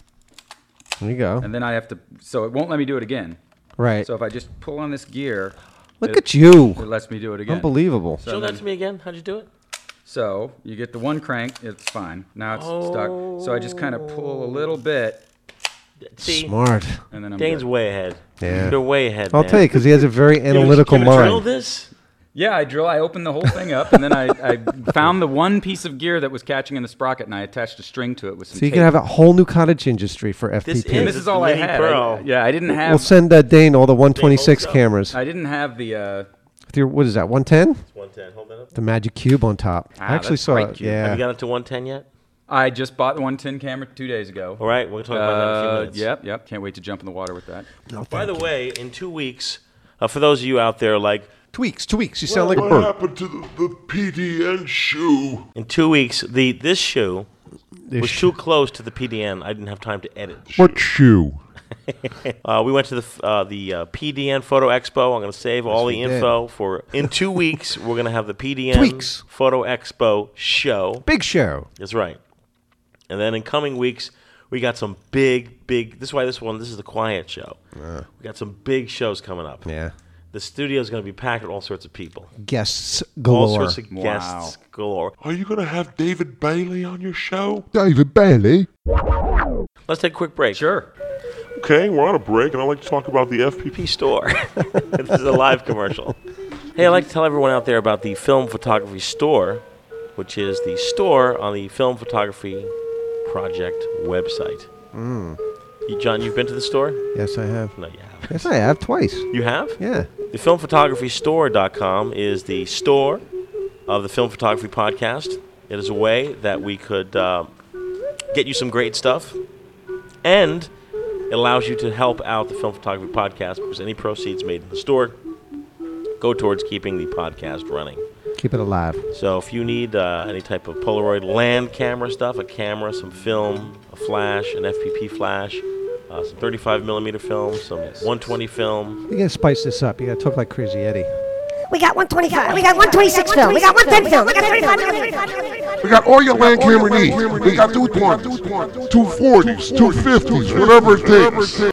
there you go.
and then I have to. So it won't let me do it again.
Right.
So if I just pull on this gear,
Look
it-
at
It
you.
lets me do it again.
Unbelievable.
Show that to me again. How'd you do it?
So you get the one crank, it's fine. Now it's stuck. So I just kind of pull a little bit,
See,
Smart.
and then I'm
Dane's
good.
way ahead.
Yeah.
You're way ahead.
I'll
man.
tell you, because he has a very analytical
Can you drill
mind.
this?
Yeah, I drill. I opened the whole thing up, and then I, I found the one piece of gear that was catching in the sprocket, and I attached a string to it with some.
So you
tape.
can have a whole new cottage industry for
This
FPP.
And
is
this is all I
Mini
had.
Pro.
I, yeah, I didn't have.
We'll send uh, Dane all the 126
Dane, hold
cameras.
I didn't have the. Uh,
With your, what is that, 110?
110. Hold that up.
The magic cube on top. I
Ah,
actually
that's
saw
right
it.
cube.
Yeah.
Have you got it to 110 yet?
I just bought one tin camera two days ago.
All right, we'll talk about Oh, that in a few
Uh,
minutes.
yep, yep. Can't wait to jump in the water with that.
By the way, in two weeks, uh, for those of you out there, like
tweaks, tweaks. You sound like a
What
bird.
happened to the, the PDN shoe?
in two weeks, the this shoe
There's
was too close to the PDN. I didn't have time to edit.
What shoe?
Uh, we went to the f- uh, the uh, PDN Photo Expo. I'm going to save all the
we did.
info for in two weeks. We're going to have the PDN
Tweaks.
Photo Expo show.
big show.
That's right. And then in coming weeks, we got some big, big. This is why this one. This is the quiet show. We got some big shows coming up.
Yeah.
The studio is going to be packed with all sorts of people,
Guests
all
galore.
sorts of
Wow.
guests galore.
Are you going to have David Bailey on your show?
David Bailey.
Let's take a quick break.
Sure.
Okay, we're on a break, and I'd like to talk about the FPP.
E P store. this is a live commercial. Hey, I'd like to tell everyone out there about the Film Photography Store, which is the store on the Film Photography Project website.
Hmm.
You, John, you've been to the store?
Yes, I have.
No, you haven't.
Yes, I have twice.
You have?
Yeah.
The filmphotographystore.com is the store of the Film Photography Podcast. It is a way that we could uh, get you some great stuff, and it allows you to help out the Film Photography Podcast because any proceeds made in the store go towards keeping the podcast running.
Keep it alive.
So if you need uh, any type of Polaroid land camera stuff, a camera, some film, a flash, an FPP flash, uh, some 35 millimeter film, some 120 film,
You gotta spice this up. You gotta talk like Crazy Eddie.
We got 125. We got 126 film. We got 110 film. We got 35
We got all your land camera needs. We got two twenties, two forties, two fifties, whatever it takes.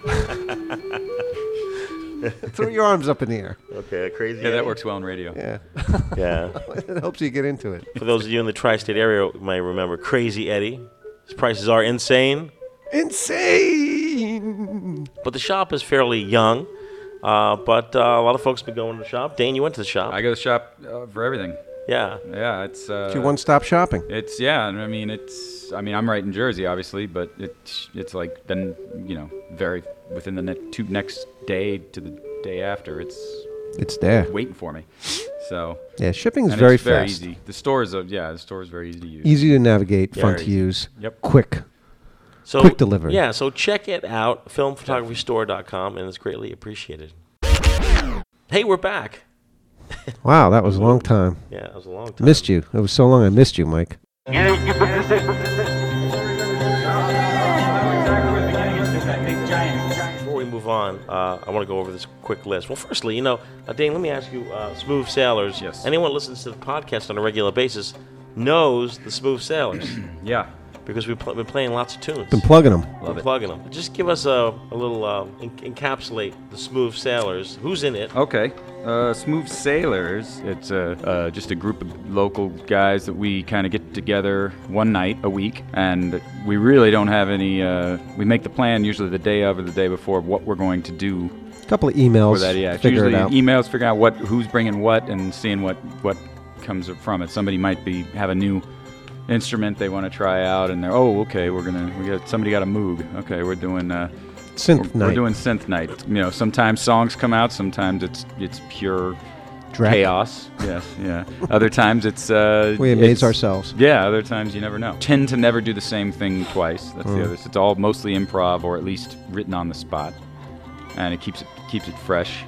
Throw your arms up in the air.
Okay, a crazy.
Yeah, that works well on radio.
Yeah.
Yeah.
it helps you get into it.
For those of you in the tri-state area, you may remember Crazy Eddie. His prices are insane,
Insane.
but the shop is fairly young. Uh, but uh, a lot of folks have been going to the shop. Dane, you went to the shop.
I go to the shop uh, for everything.
yeah.
Yeah, it's. Uh,
It's your one-stop shopping.
It's yeah. and I mean, it's. I mean, I'm right in Jersey, obviously, but it's it's like then you know very within the ne- two next day to the day after, it's
It's there.
waiting for me. So
Yeah, shipping is
and
very
it's very
fast.
easy. The store is a, yeah, the store is very easy to use.
Easy to navigate, fun
Very
to
easy.
use,
Yep.
quick.
So
Quick delivery.
Yeah. So check it out, filmphotographystore.com, and it's greatly appreciated. Hey, we're back.
Wow, that was a long time.
Yeah, it was a long time.
Missed you. It was so long I missed you, Mike.
Before we move on, uh, I want to go over this quick list. Well, firstly, you know, uh, Dane, let me ask you, uh, Smooth Sailors.
Yes.
Anyone who listens to the podcast on a regular basis knows the Smooth Sailors
Yeah,
because we've pl- been playing lots of tunes.
Been plugging them.
love it.
plugging them. Just give us a, a little uh, en- encapsulate the Smooth Sailors. Who's in it?
Okay. Uh, Smooth Sailors. It's uh, uh, just a group of local guys that we kind of get together one night a week, and we really don't have any. Uh, we make the plan usually the day of or the day before of what we're going to do
couple of emails.
for that. Yeah, it's
figure
usually e-
it out.
emails figuring out what who's bringing what and seeing what what comes from it. Somebody might be have a new instrument they want to try out, and they're oh okay, we're gonna we got somebody got a moog. Okay, we're doing. Uh,
Synth
we're,
night.
we're doing synth night. You know, sometimes songs come out, sometimes it's it's pure
Drag.
chaos. Yes, yeah. Other times it's uh,
We amaze
it's-
ourselves.
Yeah, other times you never know. Tend to never do the same thing twice. That's
Mm.
the other. It's all mostly improv or at least written on the spot, and it keeps it keeps it fresh.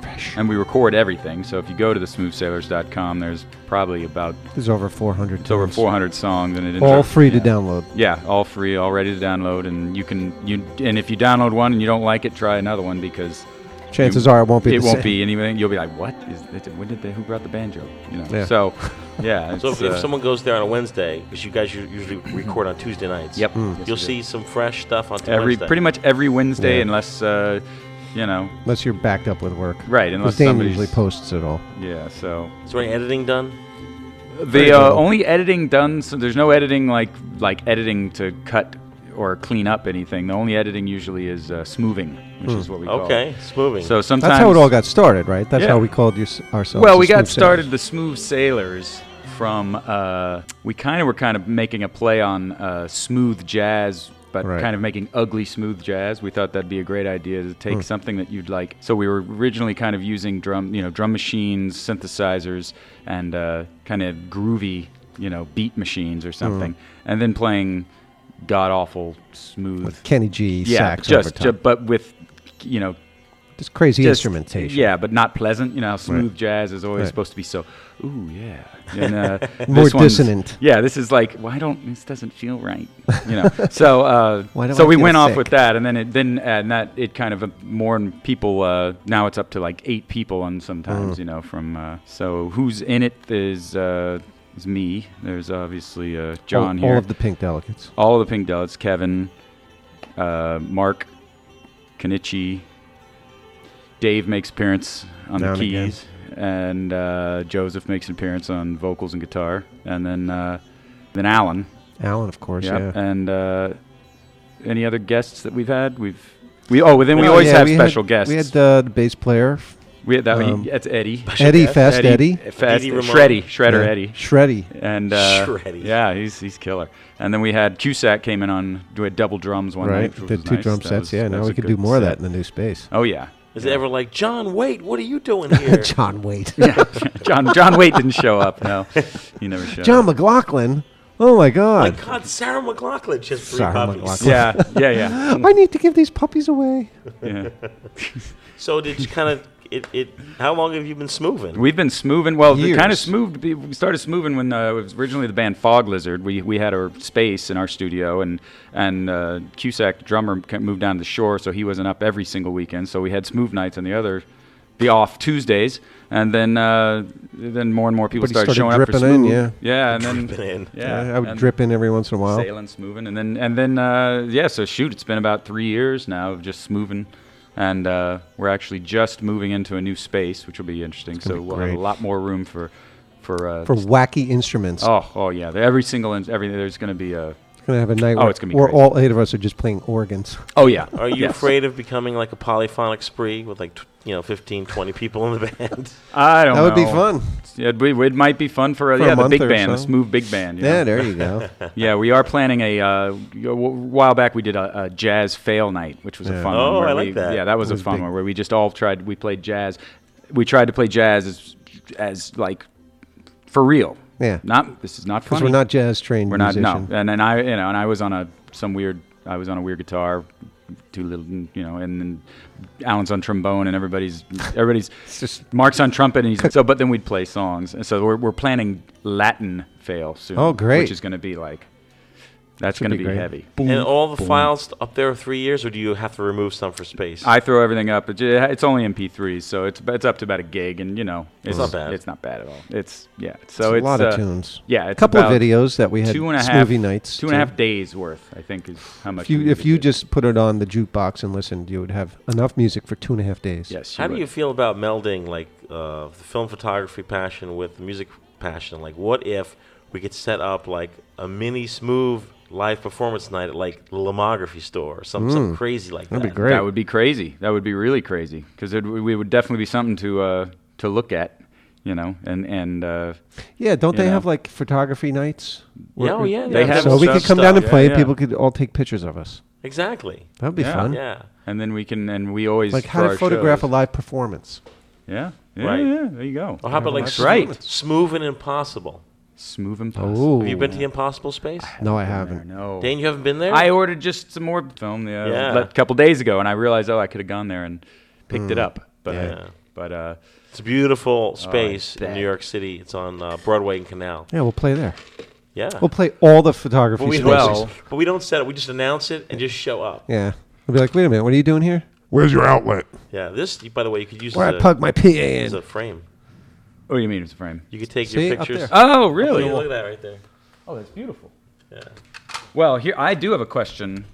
Fresh. And we record everything. So if you go to the smoothsailors.com, there's probably about
There's over 400.
it's over
tunes.
400 songs, and it ends
All
up-
free to
yeah.
download.
Yeah, all free, all ready to download, and you can you and if you download one and you don't like it, try another one because
Chances
you-
are it won't be.
it
the
won't
same.
be anything. You'll be like, what is it, when did they who brought the banjo? You know.
Yeah.
So yeah.
So if,
it's,
if
uh,
someone goes there on a Wednesday, because you guys u- usually record on Tuesday nights,
Yep.
Hmm.
you'll see some fresh stuff on
every
Wednesday.
pretty much every Wednesday
Yeah.
unless uh, you know
Unless you're backed up with work.
Right,
'Cause
unless
Dane
somebody's-
usually posts it all.
yeah so
Is there any editing done?
the uh,
little.
only editing done so there's no editing like like editing to cut or clean up anything the only editing usually is uh, smoothing which is what we call
Okay,
it.
it's moving.
so
Hmm.
sometimes
That's how it all got started, right? That's
Yeah.
how we called your, ourselves.
Well,
the
we
Smooth
got
Sailors.
started the Smooth Sailors from uh, we kind of were kind of making a play on uh, smooth jazz, but
Right.
kind of making ugly smooth jazz. We thought that'd be a great idea to
Hmm.
take something that you'd like. So we were originally kind of using drum, you know, drum machines, synthesizers, and uh, kind of groovy, you know, beat machines
Hmm.
or something, and then playing god awful smooth
Kenny G.
yeah,
sax
just,
over top.
ju- but with you know
Just crazy
Just-
instrumentation.
Yeah, but not pleasant. You know, how smooth jazz is always supposed to be so. Ooh, yeah. And, uh, this
More
one's-
dissonant.
Yeah, this is like why don't this doesn't feel right? You know. so uh,
Why do
so
I
we
feel
went off
sick?
with that, and then it then and that it kind of uh, more and people. Uh, now it's up to like eight people on sometimes.
Mm.
You know, from uh, so who's in it is. Uh, is me. There's obviously uh,
All-
John
all,
here.
of the pink delegates.
All of the pink dots. Kevin, uh, Mark, Kenichi, Dave makes appearance on
Down
the
again.
keys, and uh, Joseph makes an appearance on vocals and guitar, and then uh, then Alan.
Alan, of course.
Yep.
Yeah.
And uh, any other guests that we've had? We've we oh, well, then we
Oh,
always
yeah,
have
we had-
special guests.
We had uh, the bass player
We had that.
um,
one. That's Eddie.
Eddie Fast Eddie.
Fast,
Eddie Ramone.
Shreddy, Shredder
Yeah.
Eddie
Shreddy.
and uh,
Shreddy.
yeah, he's he's killer. And then we had Cusack came in on do a double drums one
Right.
night. which
Did
was
two
nice.
drum
That
sets.
was-
yeah.
that
Now
was
we
a
could do
good
more of
set.
that in the new space.
Oh yeah,
Is it ever like, John, wait, what are you doing here?
John Wait.
John John Waite didn't show up. No, he never showed.
John McLaughlin. Oh my
My
God.
God, Sarah McLaughlin just three
Sarah
puppies.
up.
McLachlan.
Yeah, yeah, yeah.
I need to give these puppies away.
yeah.
So did you kind of it, it? How long have you been smoothing?
We've been smoothing. Well, we kind of
Years.
smoothed. We started smoothing when uh, it was originally the band Fog Lizard. We we had our space in our studio, and and uh, Cusack the drummer ca- moved down to the shore, so he wasn't up every single weekend. So we had smooth nights on the other, the off Tuesdays, and then uh, then more and more people
But he
started,
started
showing up for
dripping in,
smooth.
yeah.
yeah, and then
Dripping in.
yeah,
Uh, I would
and-
drip in every once in a while.
sailing, smoothing, and then and then uh, yeah. So shoot, it's been about three years now of just smoothing, and uh, we're actually just moving into a new space, which will be interesting. So
be
we'll have
great.
a lot more room for for. Uh,
For wacky instruments.
oh oh yeah, There- every single in- every there's going to be a.
It's gonna have a night.
Oh,
where-
it's gonna be
Or
crazy.
all eight of us are just playing organs.
Oh yeah.
Are you
Yes.
afraid of becoming like a polyphonic spree with like tw- you know 15, 20 people in the band?
I don't.
That would be
know.
fun.
Yeah, It, would- it might be fun for, uh,
For a
yeah the
month
big
or
band, the
so.
smooth big band. you know?
Yeah, there you go.
yeah, we are planning a. Uh, y- a while back, we did a, a jazz fail night, which was a
Yeah.
fun.
Oh,
one. where
I like
we-
that.
Yeah, that was,
It was
a fun
big.
one where we just all tried. We played jazz. We tried to play jazz as, as like, for real.
Yeah.
Not this is not
Because
funny.
we're not jazz trained
We're not. No.
musicians.
And then I, you know, and I was on a some weird. I was on a weird guitar, two little, you know, and then Alan's on trombone, and everybody's everybody's just Mark's on trumpet, and he's so. But then we'd play songs, and so we're we're planning Latin fail soon.
Oh, great.
Which is going to be like. That's going to
be
be,
great.
heavy.
and all the files up there are three years, or do you have to remove some for space?
I throw everything up. It j- It's only MP3s, so it's it's up to about a gig, and you know, it's
not bad.
It's not bad at all. It's yeah.
a
So it's
lot of
uh,
tunes.
Yeah,
a
it's
couple of
about
videos that we had.
Two and a
smoothie
half
nights.
Two and a
too.
half days worth, I think, is how much.
If you
we
if you
did.
just put it on the jukebox and listened, you would have enough music for two and a half days.
yes.
How do
would.
you feel about melding like uh, the film photography passion with the music passion? Like, what if we could set up like a mini smooth live performance night at like the Lomography store or some, something crazy like
Mm. that'd
that?
be great.
That would be crazy. That would be really crazy because it we would definitely be something to uh, to look at, you know, and and uh,
yeah, don't
you
they
know.
have like photography nights?
Yeah, oh, yeah,
They
yeah,
have
So we could
some
come down
stuff.
and play.
yeah.
People could all take pictures of us.
Exactly.
That would be
Yeah.
fun.
Yeah.
and then we can and we always
Like how
for
to
our
photograph
shows-
a live performance.
Yeah. Yeah,
Right.
yeah, there you go.
Or how about like
That's
smooth,
right.
smooth and impossible?
Smooth and
Oh
possible.
Have you been to the impossible space?
no, I haven't.
No.
Dane, you haven't been there?
I ordered just some more film the uh,
Yeah.
a couple days ago, and I realized oh I could have gone there and picked
Mm.
it up, but I-
Yeah.
but uh,
It's a beautiful
Oh,
space in
bet.
New York City. It's on uh, Broadway and Canal.
Yeah, we'll play there.
Yeah.
We'll play all the photography.
but, we
spaces.
don't, but we don't set it. We just announce it and just show up.
Yeah, we'll be like, wait a minute, what are you doing here?
Where's your outlet?
Yeah. This, by the way, you could use
Where
as
I
a-
plug my PA
as a
in.
frame.
what do oh, you mean it's a frame?
You could take
See,
your
up
pictures.
there.
Oh
Look,
really?
look at that right there.
Oh, that's beautiful.
Yeah.
Well, here I do have a question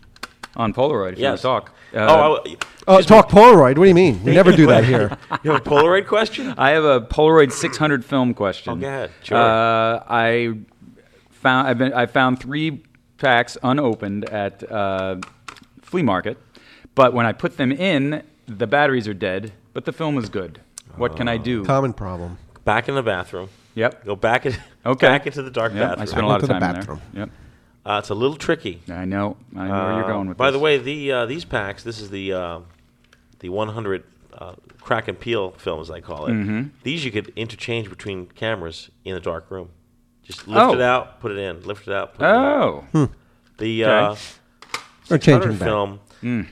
on Polaroid. If
Yes.
you want to talk, Uh,
oh, I,
Oh, talk Polaroid. What do you mean? We never do that here.
you have a Polaroid question?
I have a Polaroid 600 film question.
Oh, go ahead. Sure.
Uh, I found I've been I found three packs unopened at uh, flea market, but when I put them in, the batteries are dead, but the film is good. What can I do?
Common problem.
Back in the bathroom.
Yep.
Go back, in,
Okay.
back into the dark
Yep. I
bathroom.
spent a lot
Into
of
the
time
bathroom.
in there.
uh, it's a little tricky.
Yep. I know. I know where
Uh,
you're going with
By
this.
the way, the uh, these packs. This is the uh, the 100 uh, crack and peel film, as I call it.
Mm-hmm.
These you could interchange between cameras in a dark room. Just lift
Oh.
it
Hmm.
out, put it in. Lift it out. Put It in.
Oh.
The
Okay. Hmm.
uh,
Or
600
changing back.
film.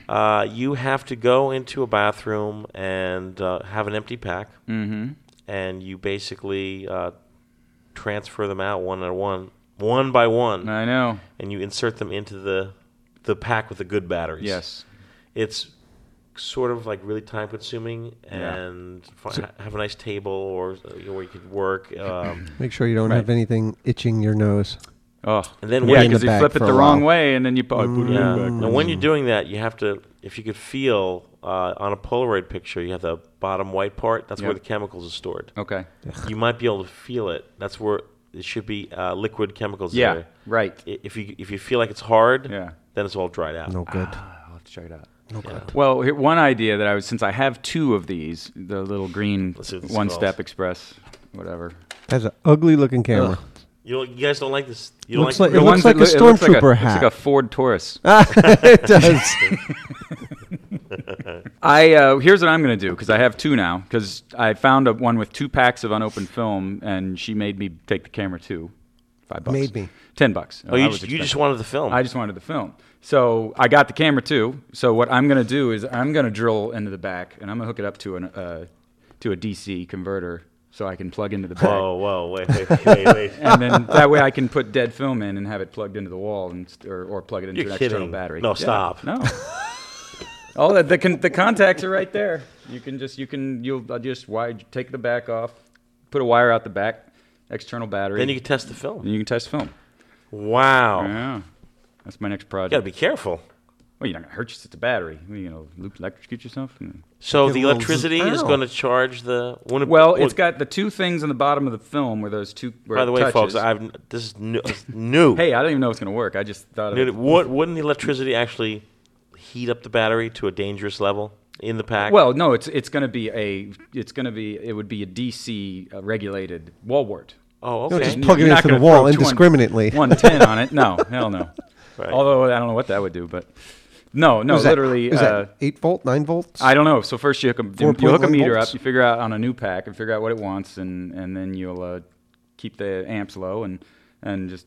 Uh, you have to go into a bathroom and uh, have an empty pack, mm-hmm. and you basically uh, transfer them out one at one, one by one,
I know.
and you insert them into the the pack with the good batteries.
Yes.
it's sort of like really time consuming
Yeah.
and fi- ha have a nice table or uh, you know, where you could work. Um,
Make sure you don't have anything itching your nose.
Oh,
And then
yeah,
wait in
because
the
you
bag
flip it
for a
the wrong
while.
way, and then you probably put it
yeah.
in
And
back.
when you're doing that, you have to, if you could feel uh, on a Polaroid picture, you have the bottom white part. That's where
Yeah. Oh.
the chemicals are stored.
Okay.
You might be able to feel it. That's where it should be uh, liquid chemicals.
Yeah,
there.
right.
I- If you if you feel like it's hard,
Yeah.
then it's all dried out.
No good.
I'll have to check it out. Well, here- one idea that I was since I have two of these, the little green
Let's see what this is
one
called.
step express, whatever.
That's an ugly looking camera.
You, don't, you guys don't like this. You don't
Looks
like
like- It
The
looks
ones that
like a
look- it looks like
stormtrooper
It's
hat.
like a Ford Taurus.
it does.
I uh, here's what I'm gonna do because I have two now because I found a, one with two packs of unopened film, and she made me take the camera too. Five bucks.
Made me.
Ten bucks.
Oh, you, just, you just wanted the film.
I just wanted the film. So I got the camera too. So what I'm gonna do is I'm gonna drill into the back, and I'm gonna hook it up to an uh, to a DC converter, so I can plug into the back.
whoa, Oh, whoa, wait, wait, wait, wait.
and then that way I can put dead film in and have it plugged into the wall and st- or, or plug it into
You're
an
kidding.
external battery.
No, stop.
No. All that the con- the contacts are right there. You can just you can you'll I'll just wire take the back off, put a wire out the back, external battery.
then you can Oh. test the
and
film.
you can test film.
Wow. You
Yeah. That's my next project.
gotta be careful.
well, you're not gonna hurt yourself. It's a battery. What, you know, loop electrocute yourself. Mm.
So
Get
the
a little
electricity
zoom
is
out.
going to charge the. When it,
Well, it's got the two things on the bottom of the film where those two. Where
By
it
the way, folks,
touches.
I've this is new. it's new.
hey, I don't even know it's gonna work. I just thought.
Dude,
It,
what, wouldn't the electricity actually heat up the battery to a dangerous level in the pack?
Well, no, it's it's going to be a it's going to be it would be a DC uh, regulated wallwart.
oh,
No,
okay.
just plug it
You're not
into the
gonna
wall
throw 200
indiscriminately.
110 on it? No, hell no.
Right.
Although I don't know what that would do, but no, no,
Is that-
literally.
is
uh,
that eight volt, nine volts?
I don't know. So first you hook a, you
4.1
hook a meter
volts?
up, you figure out on a new pack and figure out what it wants, and, and then you'll uh, keep the amps low and and just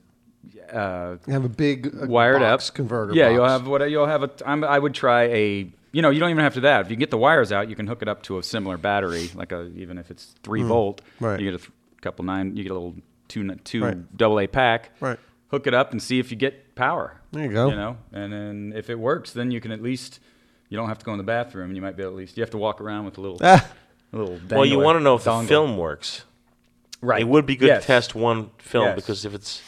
uh,
have a big uh,
wired
box
up
converter.
Yeah, you'll
box.
have what you'll have a. I'm, I would try a. You know, you don't even have to that. If you get the wires out, you can hook it up to a similar battery, like a even if it's three volt.
Hmm. Right.
You get a th- couple nine. You get a little two n- two
Right.
double A pack.
Right.
Hook it up and see if you get power.
There you go.
You know, and then if it works, then you can at least you don't have to go in the bathroom. You might be at least you have to walk around with a little.
Ah,
Little
well, you
dangler,
want to know if the
dongle.
film works.
Right.
It would be good
Yes.
to test one film
Yes.
because if it's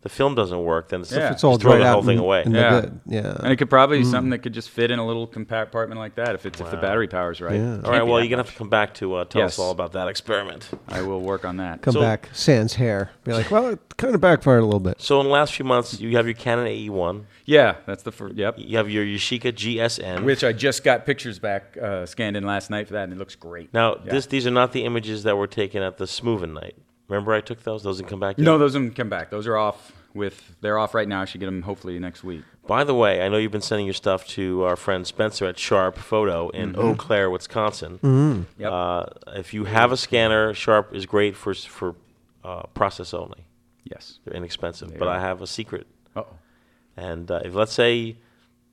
the film doesn't work, then it's
Yeah.
it's all
just throw
dried
the
out.
whole thing
and-
away.
and
Yeah.
they're good. Yeah.
And it could probably
Hmm.
be something that could just fit in a little compartment like that if it's if the battery power's right.
Yeah.
Can't
all right.
be
Well,
that
you're gonna have to come back to uh, tell us
Yes.
all about that experiment.
much. I will work on that.
Come
so-
back, sans hair. Be like, well, it kind of backfired a little bit.
So in the last few months, you have your Canon AE1,
Yeah, that's the first. Yep.
you have your Yashica GSN,
Which I just got pictures back uh, scanned in last night for that, and it looks great.
Now,
Yeah.
this these are not the images that were taken at the Smoovin night. Remember, I took those. Those didn't come back. yet?
no, those didn't come back. Those are off. With they're off right now. I should get them hopefully next week.
By the way, I know you've been sending your stuff to our friend Spencer at Sharp Photo in Eau Claire, Wisconsin.
Yep.
Uh, if you have a scanner, Sharp is great for s- for uh, process only.
yes.
They're inexpensive. but I have a secret.
Oh.
And uh, if let's say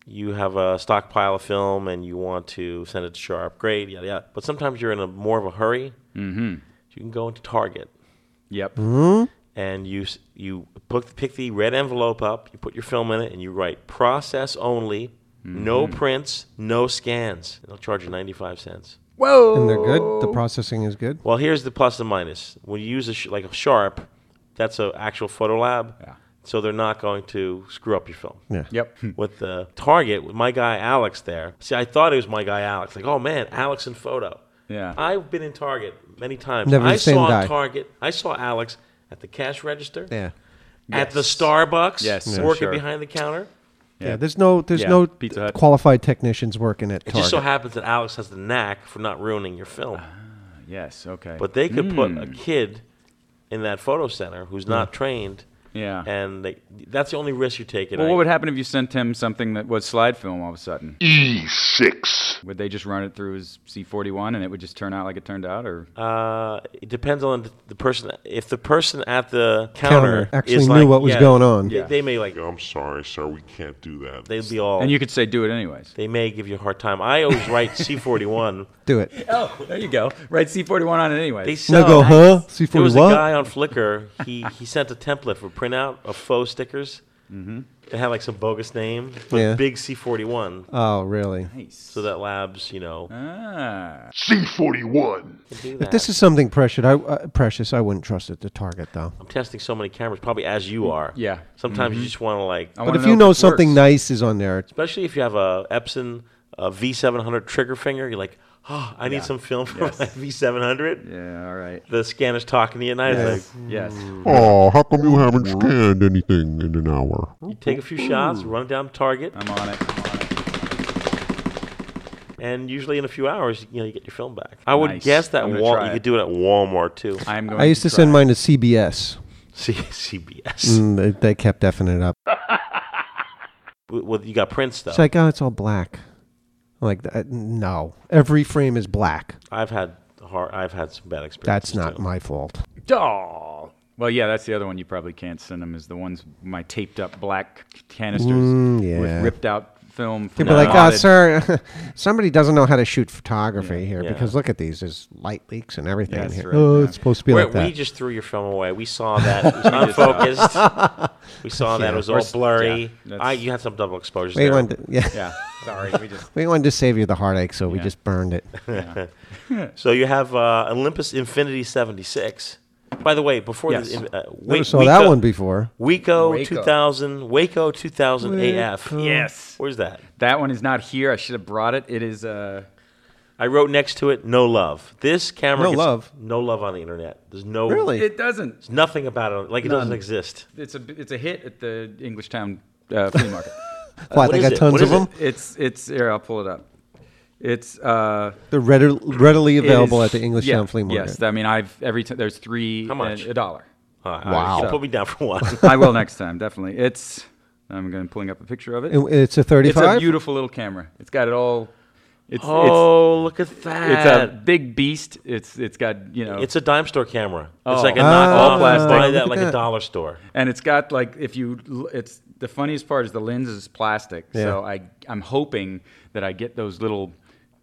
you have a stockpile of film and you want to send it to Sharp, great, yada yada. But sometimes you're in a more of a hurry. Mm-hmm. You can go into Target.
Yep.
and you s- you pick, pick the red envelope up, you put your film in it, and you write process only, no
Mm-hmm.
prints, no scans. They'll charge you 95 cents.
And they're good. The processing is good.
Well, here's the plus and minus. When you use a sh- like a sharp, that's an actual photo lab,
Yeah.
so they're not going to screw up your film.
Yeah.
Yep. Hmm,
With the target, with my guy Alex there. See, I thought it was my guy Alex. Like, oh man, Alex in photo.
Yeah.
I've been in Target many times.
Never the
I
same
saw
guy.
Target. I saw Alex at the cash register.
Yeah.
at the Starbucks,
Yes, Yeah.
working
sure.
behind the counter.
Yeah. There's no there's
Yeah,
no
Pizza Hut.
qualified technicians working at
It
Target.
just so happens that Alex has the knack for not ruining your
Uh,
film,
Yes. Okay. hmm.
but they could put a kid in that photo center who's not trained
Yeah.
And they, that's the only risk you're taking.
Well,
I-
what would happen if you sent him something that was slide film all of a sudden?
E E6.
Would they just run it through his C41 and it would just turn out like it turned out, or
Uh, it depends on the person. If the person at the
Counter
counter,
actually
is
knew
like-
what was
yeah,
going on.
they, they may like
I'm sorry, sir. We can't do that.
they'd be all.
and you could say do it anyways?
they may give you a hard time. I always write C forty one.
Do it.
Oh, there you go. Write C41 on it
They
anyways.
sell.
go, huh?
There was
C41
a
what?
guy on Flickr. He he sent a template for printout of faux stickers.
Mm-hmm.
They had like some bogus name, but
Yeah.
big C forty one.
Oh, really?
So that labs, you know,
Ah,
C41.
can do
If
that.
this is something precious, I, uh, precious, I wouldn't trust it to target though.
I'm testing so many cameras, probably as you are.
Yeah. Mm-hmm.
Sometimes you just want to like,
I
But
wanna
if you know
it
something
works.
nice is on there,
especially if you have a Epson a V700 trigger finger, you're like, oh, I need some film for my V700.
Yeah, all right.
The scanner's talking to you, and I was like,
Yes.
Oh, how come you haven't scanned anything in an hour?
you take a few shots, run it down target,
I'm on it. I'm on it.
and usually in a few hours, you know, you get your film back. I would
Nice.
guess that
I'm gonna
Wal-
try
you
it.
could do it at Walmart too.
I'm going
I used to
try
send
it.
mine to CBS.
C- CBS.
Mm, they, they kept effing it up.
W Well, you got print stuff.
It's like, oh, it's all black. I'm Like, uh, no, every frame is black.
I've had hard, I've had some bad experiences.
That's not
too.
my fault.
Doll. Well, yeah, that's the other one you probably can't send them is the ones my taped up black canisters
Mm, yeah.
with ripped out film.
People are
from
like, oh,
potted-
sir, somebody doesn't know how to shoot photography here
yeah.
because look at these. There's light leaks and everything
That's
here.
right,
oh,
yeah.
it's supposed to be
Wait,
like that.
we just threw your film away. We saw that it was unfocused. we saw that it was all
s-
blurry.
yeah,
I,
that's-
you had some double exposures.
we
there.
wanted, to, yeah,
Yeah, sorry, we just
we wanted to save you the heartache, so we
Yeah.
just burned it.
So you have uh, Olympus Infinity 76. By the way, before
Yes.
the, in- uh,
Never
Wa-
saw that
Waco-
one before.
Uh, Waco,
Waco.
2000, Waco 2000 AF.
Yes.
Where's that?
that one is not here. I should have brought it. It is uh
I wrote next to it, no love. This camera.
No
gets
love?
No love on the internet. There's no.
Really?
it doesn't.
There's nothing about it. Like it doesn't exist.
It's a it's a hit at the English town uh, flea market.
Why,
what
they
is
got
it?
tons
What
of
is it?
them.
it's it's here, I'll pull it up. It's uh
They're readi- readily
it
available
is-
at the English
yeah,
Town Flea Market.
Yes, I mean I've every time there's three
How much?
and a dollar.
Uh, uh,
Wow.
You put me down for one.
I will next time, definitely. It's I'm going to pulling up a picture of it.
It- it's a 35.
It's a beautiful little camera. It's got it all. It's
oh, look at
it's, it's
that.
a big beast. It's it's got you know.
It's a dime store camera. It's
Oh.
like a
Ah,
knockoff.
plastic.
Buy
Look
that
at
like
that.
a dollar store.
and it's got like if you l- it's the funniest part is the lens is plastic. So I I'm hoping that I get those little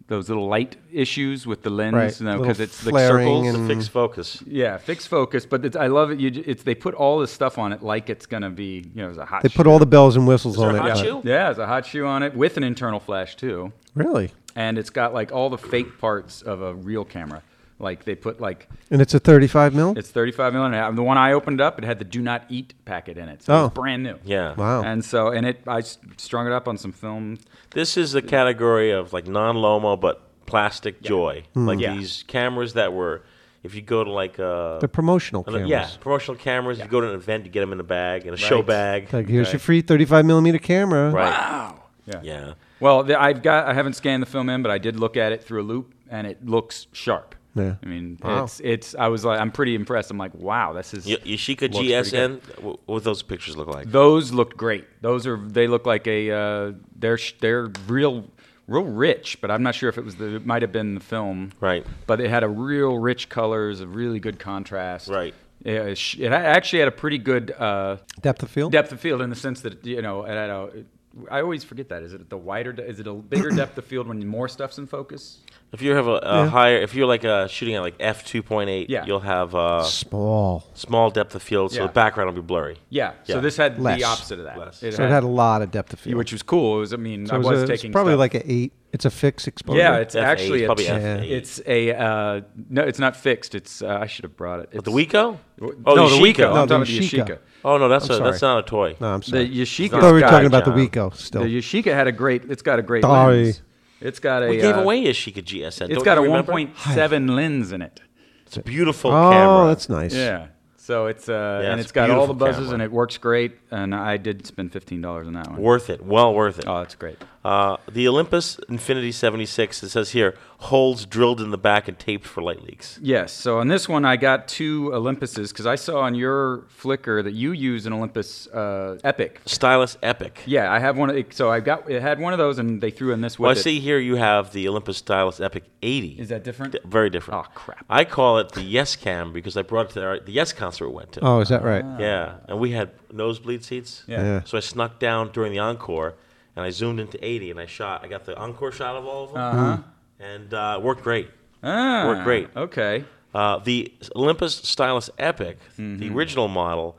those little light issues with the lens,
Right,
you know,
little
because it's the
flaring
circles.
and-
Fixed focus.
yeah, fixed focus, but it's, I love it. You, j- it's they put all this stuff on it like it's gonna be, you know, it's a hot.
They
shoe.
put all the bells and whistles
there
on it.
a hot
but-
shoe?
yeah, it's a hot shoe on it with an internal flash too.
Really?
and it's got like all the fake parts of a real camera. Like they put like
And it's a 35 mil?
it's 35 millimeter. The one I opened up, it had the "Do Not Eat" packet in it. So it was
Oh.
brand new.
Yeah.
wow.
And so, and it, I s- strung it up on some film.
This is the category of like non Lomo but plastic joy. Like
Yeah.
these cameras that were, if you go to like a.
the promotional
an-
cameras.
Yeah, promotional cameras. You go to an event, you get them in a bag, in a show bag.
Like, here's your free 35 millimeter camera.
right.
Yeah.
Yeah.
Well, the, I've got, I haven't scanned the film in, but I did look at it through a loop, and it looks sharp.
Yeah.
I mean, it's, it's. I was like, I'm pretty impressed. I'm like, wow, this is.
Y- Yashica
looks pretty good.
GSN. wh- What would those pictures look like?
Those looked great. Those are they look like a uh, they're sh- they're real real rich, but I'm not sure if it was the it might have been the film.
Right.
But it had a real rich colors, a really good contrast.
Right.
Yeah, it sh- it ha- actually had a pretty good uh,
Depth of field?
depth of field in the sense that you know it had a. I always forget that. Is it the wider? de- Is it a bigger depth of field when more stuff's in focus?
If you have a, a higher, if you're like uh, shooting at like f two point eight,
Yeah.
you'll have uh,
Small.
small depth of field, so
Yeah.
the background will be blurry.
Yeah.
Yeah.
So this had
Less.
the opposite of that.
Less.
So it had a lot of depth of field.
which was cool. It was. I mean,
So
I
it
was
a- it's
taking
probably
stuff.
like an eight. It's a fixed exposure.
Yeah, it's
F8,
actually a
probably
t-
F8.
It's a uh, no, it's not fixed. It's uh, I should have brought it. It's,
The Wico?
Oh,
Oh,
no, the
Yashica.
Wico.
No,
I'm
the
talking about the
Yashica.
Yashica.
Oh no, that's
I'm
a, that's
sorry.
not a toy.
no, I'm sorry.
The Yashica.
I thought we were
guy,
talking about the
John.
Wico still. Oh,
The Yashica had a great. It's got a great
Sorry.
lens. It's got a.
We gave
uh,
away Yashica GSN.
It's
don't
got a
you remember?
1.7 lens in it.
It's a beautiful
oh,
camera.
that's nice.
Yeah. So it's uh,
Yeah,
and
it's
it's got all
beautiful
the buzzes
camera.
and it works great. And I did spend fifteen dollars on that one.
worth it. Well worth it.
Oh, that's great.
Uh, the Olympus Infinity 76, it says here, holes drilled in the back and taped for light leaks.
Yes. So on this one, I got two Olympuses because I saw on your Flickr that you use an Olympus uh, Epic.
Stylus Epic.
Yeah, I have one. of- So I got it had one of those, and they threw in this with
Well, I
it.
see here you have the Olympus Stylus Epic 80.
Is that different?
D- very different.
Oh, crap.
I call it the Yes Cam because I brought it to the, the Yes concert we went to.
Oh, is that right?
Yeah, and we had nosebleed seats.
Ah, Yeah.
Yeah.
So I snuck down during the encore, and I zoomed into 80, and I shot. I got the encore shot of all of them, and uh, it worked great.
Uh-huh. Ah,
Worked great.
Okay.
Uh, the Olympus Stylus Epic,
Mm-hmm.
the original model,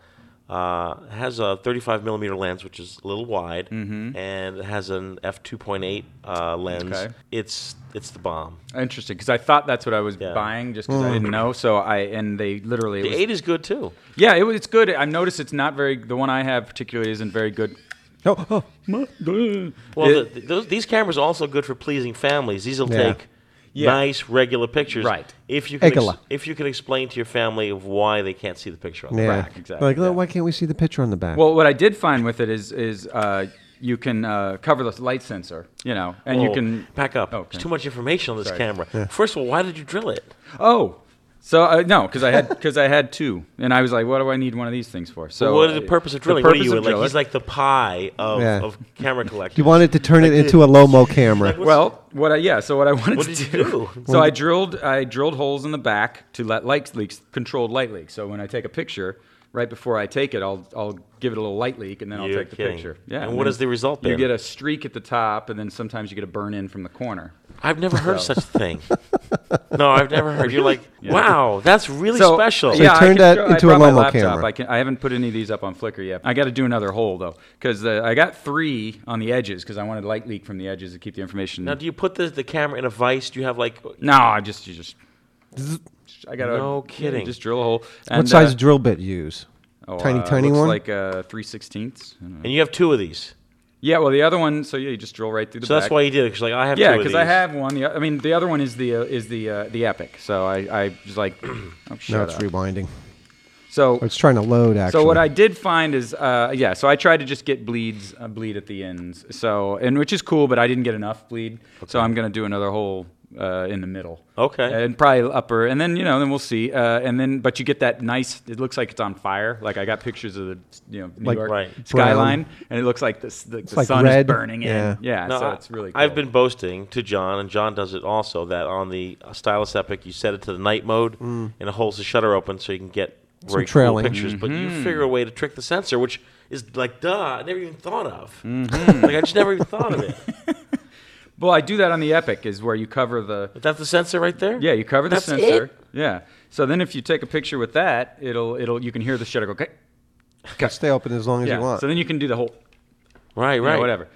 uh, has a 35 millimeter lens, which is a little wide, and it has an f 2.8 uh, lens.
Mm-hmm. Okay.
It's it's the bomb.
Interesting, because I thought that's what I was
Yeah.
buying, just because I didn't know. So I and they literally. it
The
was-
8 is good too.
yeah, it, was- it's good. I noticed it's not very. The one I have particularly isn't very good.
Oh, oh.
Well,
It-
the, those, these cameras are also good for pleasing families. These will
Yeah.
take
Yeah.
nice, regular pictures.
Right.
If you can ex-
Egala.
if you can explain to your family of why they can't see the picture on the
Yeah.
back.
exactly,
Like, oh,
yeah.
why can't we see the picture on the back?
Well, what I did find with it is is uh, you can uh, cover the light sensor, you know, and you
Whoa,
can
Oh,
Oh,
back up.
Okay.
There's too much information on this
Sorry.
camera. First of all, why did you drill it?
Oh, so uh, no, because I had because I had two, and I was like, what do I need one of these things for? So uh,
what is the purpose of drilling?
The
what are
purpose
you
of
in? Like,
drilling-
he's like the pie of,
Yeah.
of camera collectors.
you wanted to turn it into a low-mo camera.
Like, what's-
Well, what I yeah, so what I wanted
What
to
did
do,
you do?
so I drilled I drilled holes in the back to let light leaks controlled light leaks. So when I take a picture, right before I take it, I'll I'll give it a little light leak and then I'll
You're
take the
kidding.
picture. Yeah.
And what
then
is the result
You
then?
get a streak at the top, and then sometimes you get a burn in from the corner.
I've never heard of such a thing. no, I've never heard. You're like, wow, that's really
So,
special.
you
I
turned
can
that
show- I
into a
brought my
Lomo
laptop.
camera.
I, can, I haven't put any of these up on Flickr yet. I got to do another hole though, because uh, I got three on the edges because I wanted light leak from the edges to keep the information.
Now, do you put the, the camera in a vise? Do you have like
no, I just you just. I gotta
No kidding.
Just drill a hole.
what
And,
size
uh,
drill bit you use?
Oh,
Tiny,
uh,
tiny
looks
one?
Like uh, three sixteenths.
And you have two of these.
Yeah. Well, the other one. So yeah, you just drill right through the.
So that's
back.
why you did it. Cause like I have
Yeah,
two of
because
these.
I have one. The, o- I mean, the other one is the uh, is the uh, the epic. So I I was like, oh,
No,
shut
it's
up.
rewinding.
so
Oh, it's trying to load, actually.
so what I did find is uh, yeah. So I tried to just get bleeds uh, bleed at the ends. So and which is cool, but I didn't get enough bleed. So I'm gonna do another hole uh, in the middle.
Okay.
And probably upper, and then you know, then we'll see. Uh, and then, but you get that nice. It looks like it's on fire. Like I got pictures of the you know New
Like
York
Right.
skyline, and it looks like this. The, the
like
sun
red.
is burning
Yeah.
in. Yeah.
No,
so
I-
it's really.
I've
cool.
been boasting to John, and John does it also, that on the uh, Stylus Epic, you set it to the night mode and it holds the shutter open so you can get very cool
trailing.
pictures. But you
Mm-hmm.
figure a way to trick the sensor, which is like, duh, I never even thought of.
Mm-hmm.
like, I just never even thought of it.
Well, I do that on the Epic, is where you cover the.
But that's the sensor right there?
Yeah, you cover the
That's it?
sensor. Yeah. So then, if you take a picture with that, it'll it'll you can hear the shutter go. Okay.
can stay open as long as you
Yeah.
want.
So then you can do the whole.
Right,
you know,
right.
whatever.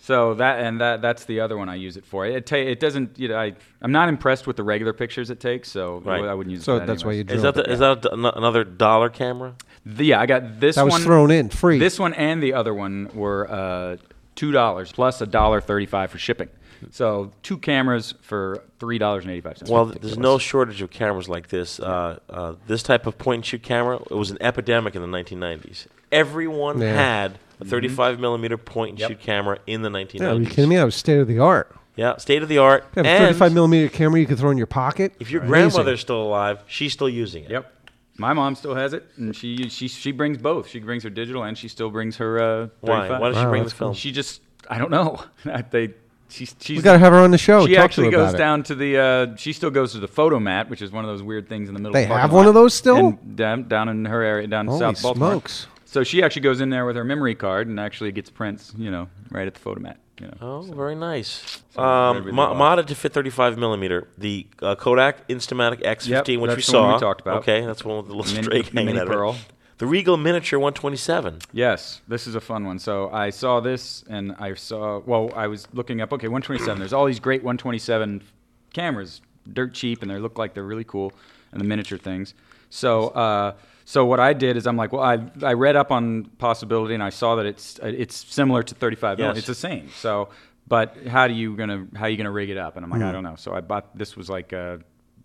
So that and that that's the other one I use it for. It ta- it doesn't. You know, I I'm not impressed with the regular pictures it takes, so
Right.
I wouldn't use.
So
it for that
that's why
anyways.
you
Is
drill.
that, the, is that a- an- another dollar camera?
The- yeah, I got this
That was
one
thrown in, free.
This one and the other one were uh, two dollars plus a dollar thirty-five for shipping. So two cameras for three dollars and eighty-five cents.
Well, there's no shortage of cameras like this. Uh, uh, this type of point and shoot camera it was an epidemic in the 1990s. Everyone
Yeah.
had a
Mm-hmm.
35 millimeter point and shoot camera in the 1990s.
yeah, are you kidding me? That was state of the art.
Yeah, state of the art.
You have a
and
35 millimeter camera you could throw in your pocket.
if your
Amazing.
grandmother's still alive, she's still using it.
Yep. My mom still has it, and she she she brings both. She brings her digital, and she still brings her. Uh,
Why?
35.
Why does she
Wow,
bring the
that's
film?
She just I don't know. they she's she's
we got to have her on the show.
she
Talk
actually
to her
goes
about it.
down to the. Uh, she still goes to the photo mat, which is one of those weird things in the middle.
They
of the parking
have one
lot.
of those still?
In- down, down in her area, down
Holy
South Baltimore.
smokes.
So she actually goes in there with her memory card and actually gets prints, you know, right at the photo mat. You know.
Oh, very nice.
maybe
Um, mo-
they'll-
modded to fit 35 millimeter. The uh, Kodak Instamatic X15,
Yep,
which we
that's the
saw.
one we talked about.
Okay, that's one with the little
Mini-
straight
mini
hanging out of it.
pearl.
The Regal Miniature 127.
Yes, this is a fun one. So I saw this and I saw, well, I was looking up, okay, 127. There's all these great 127 cameras, dirt cheap, and they look like they're really cool, and the miniature things. So, uh, so what I did is I'm like, well, I, I read up on possibility and I saw that it's it's similar to 35 mil.
Yes.
It's the same. So, but how do you gonna how you gonna rig it up? And I'm like,
Mm-hmm.
I don't know. So I bought this was like uh,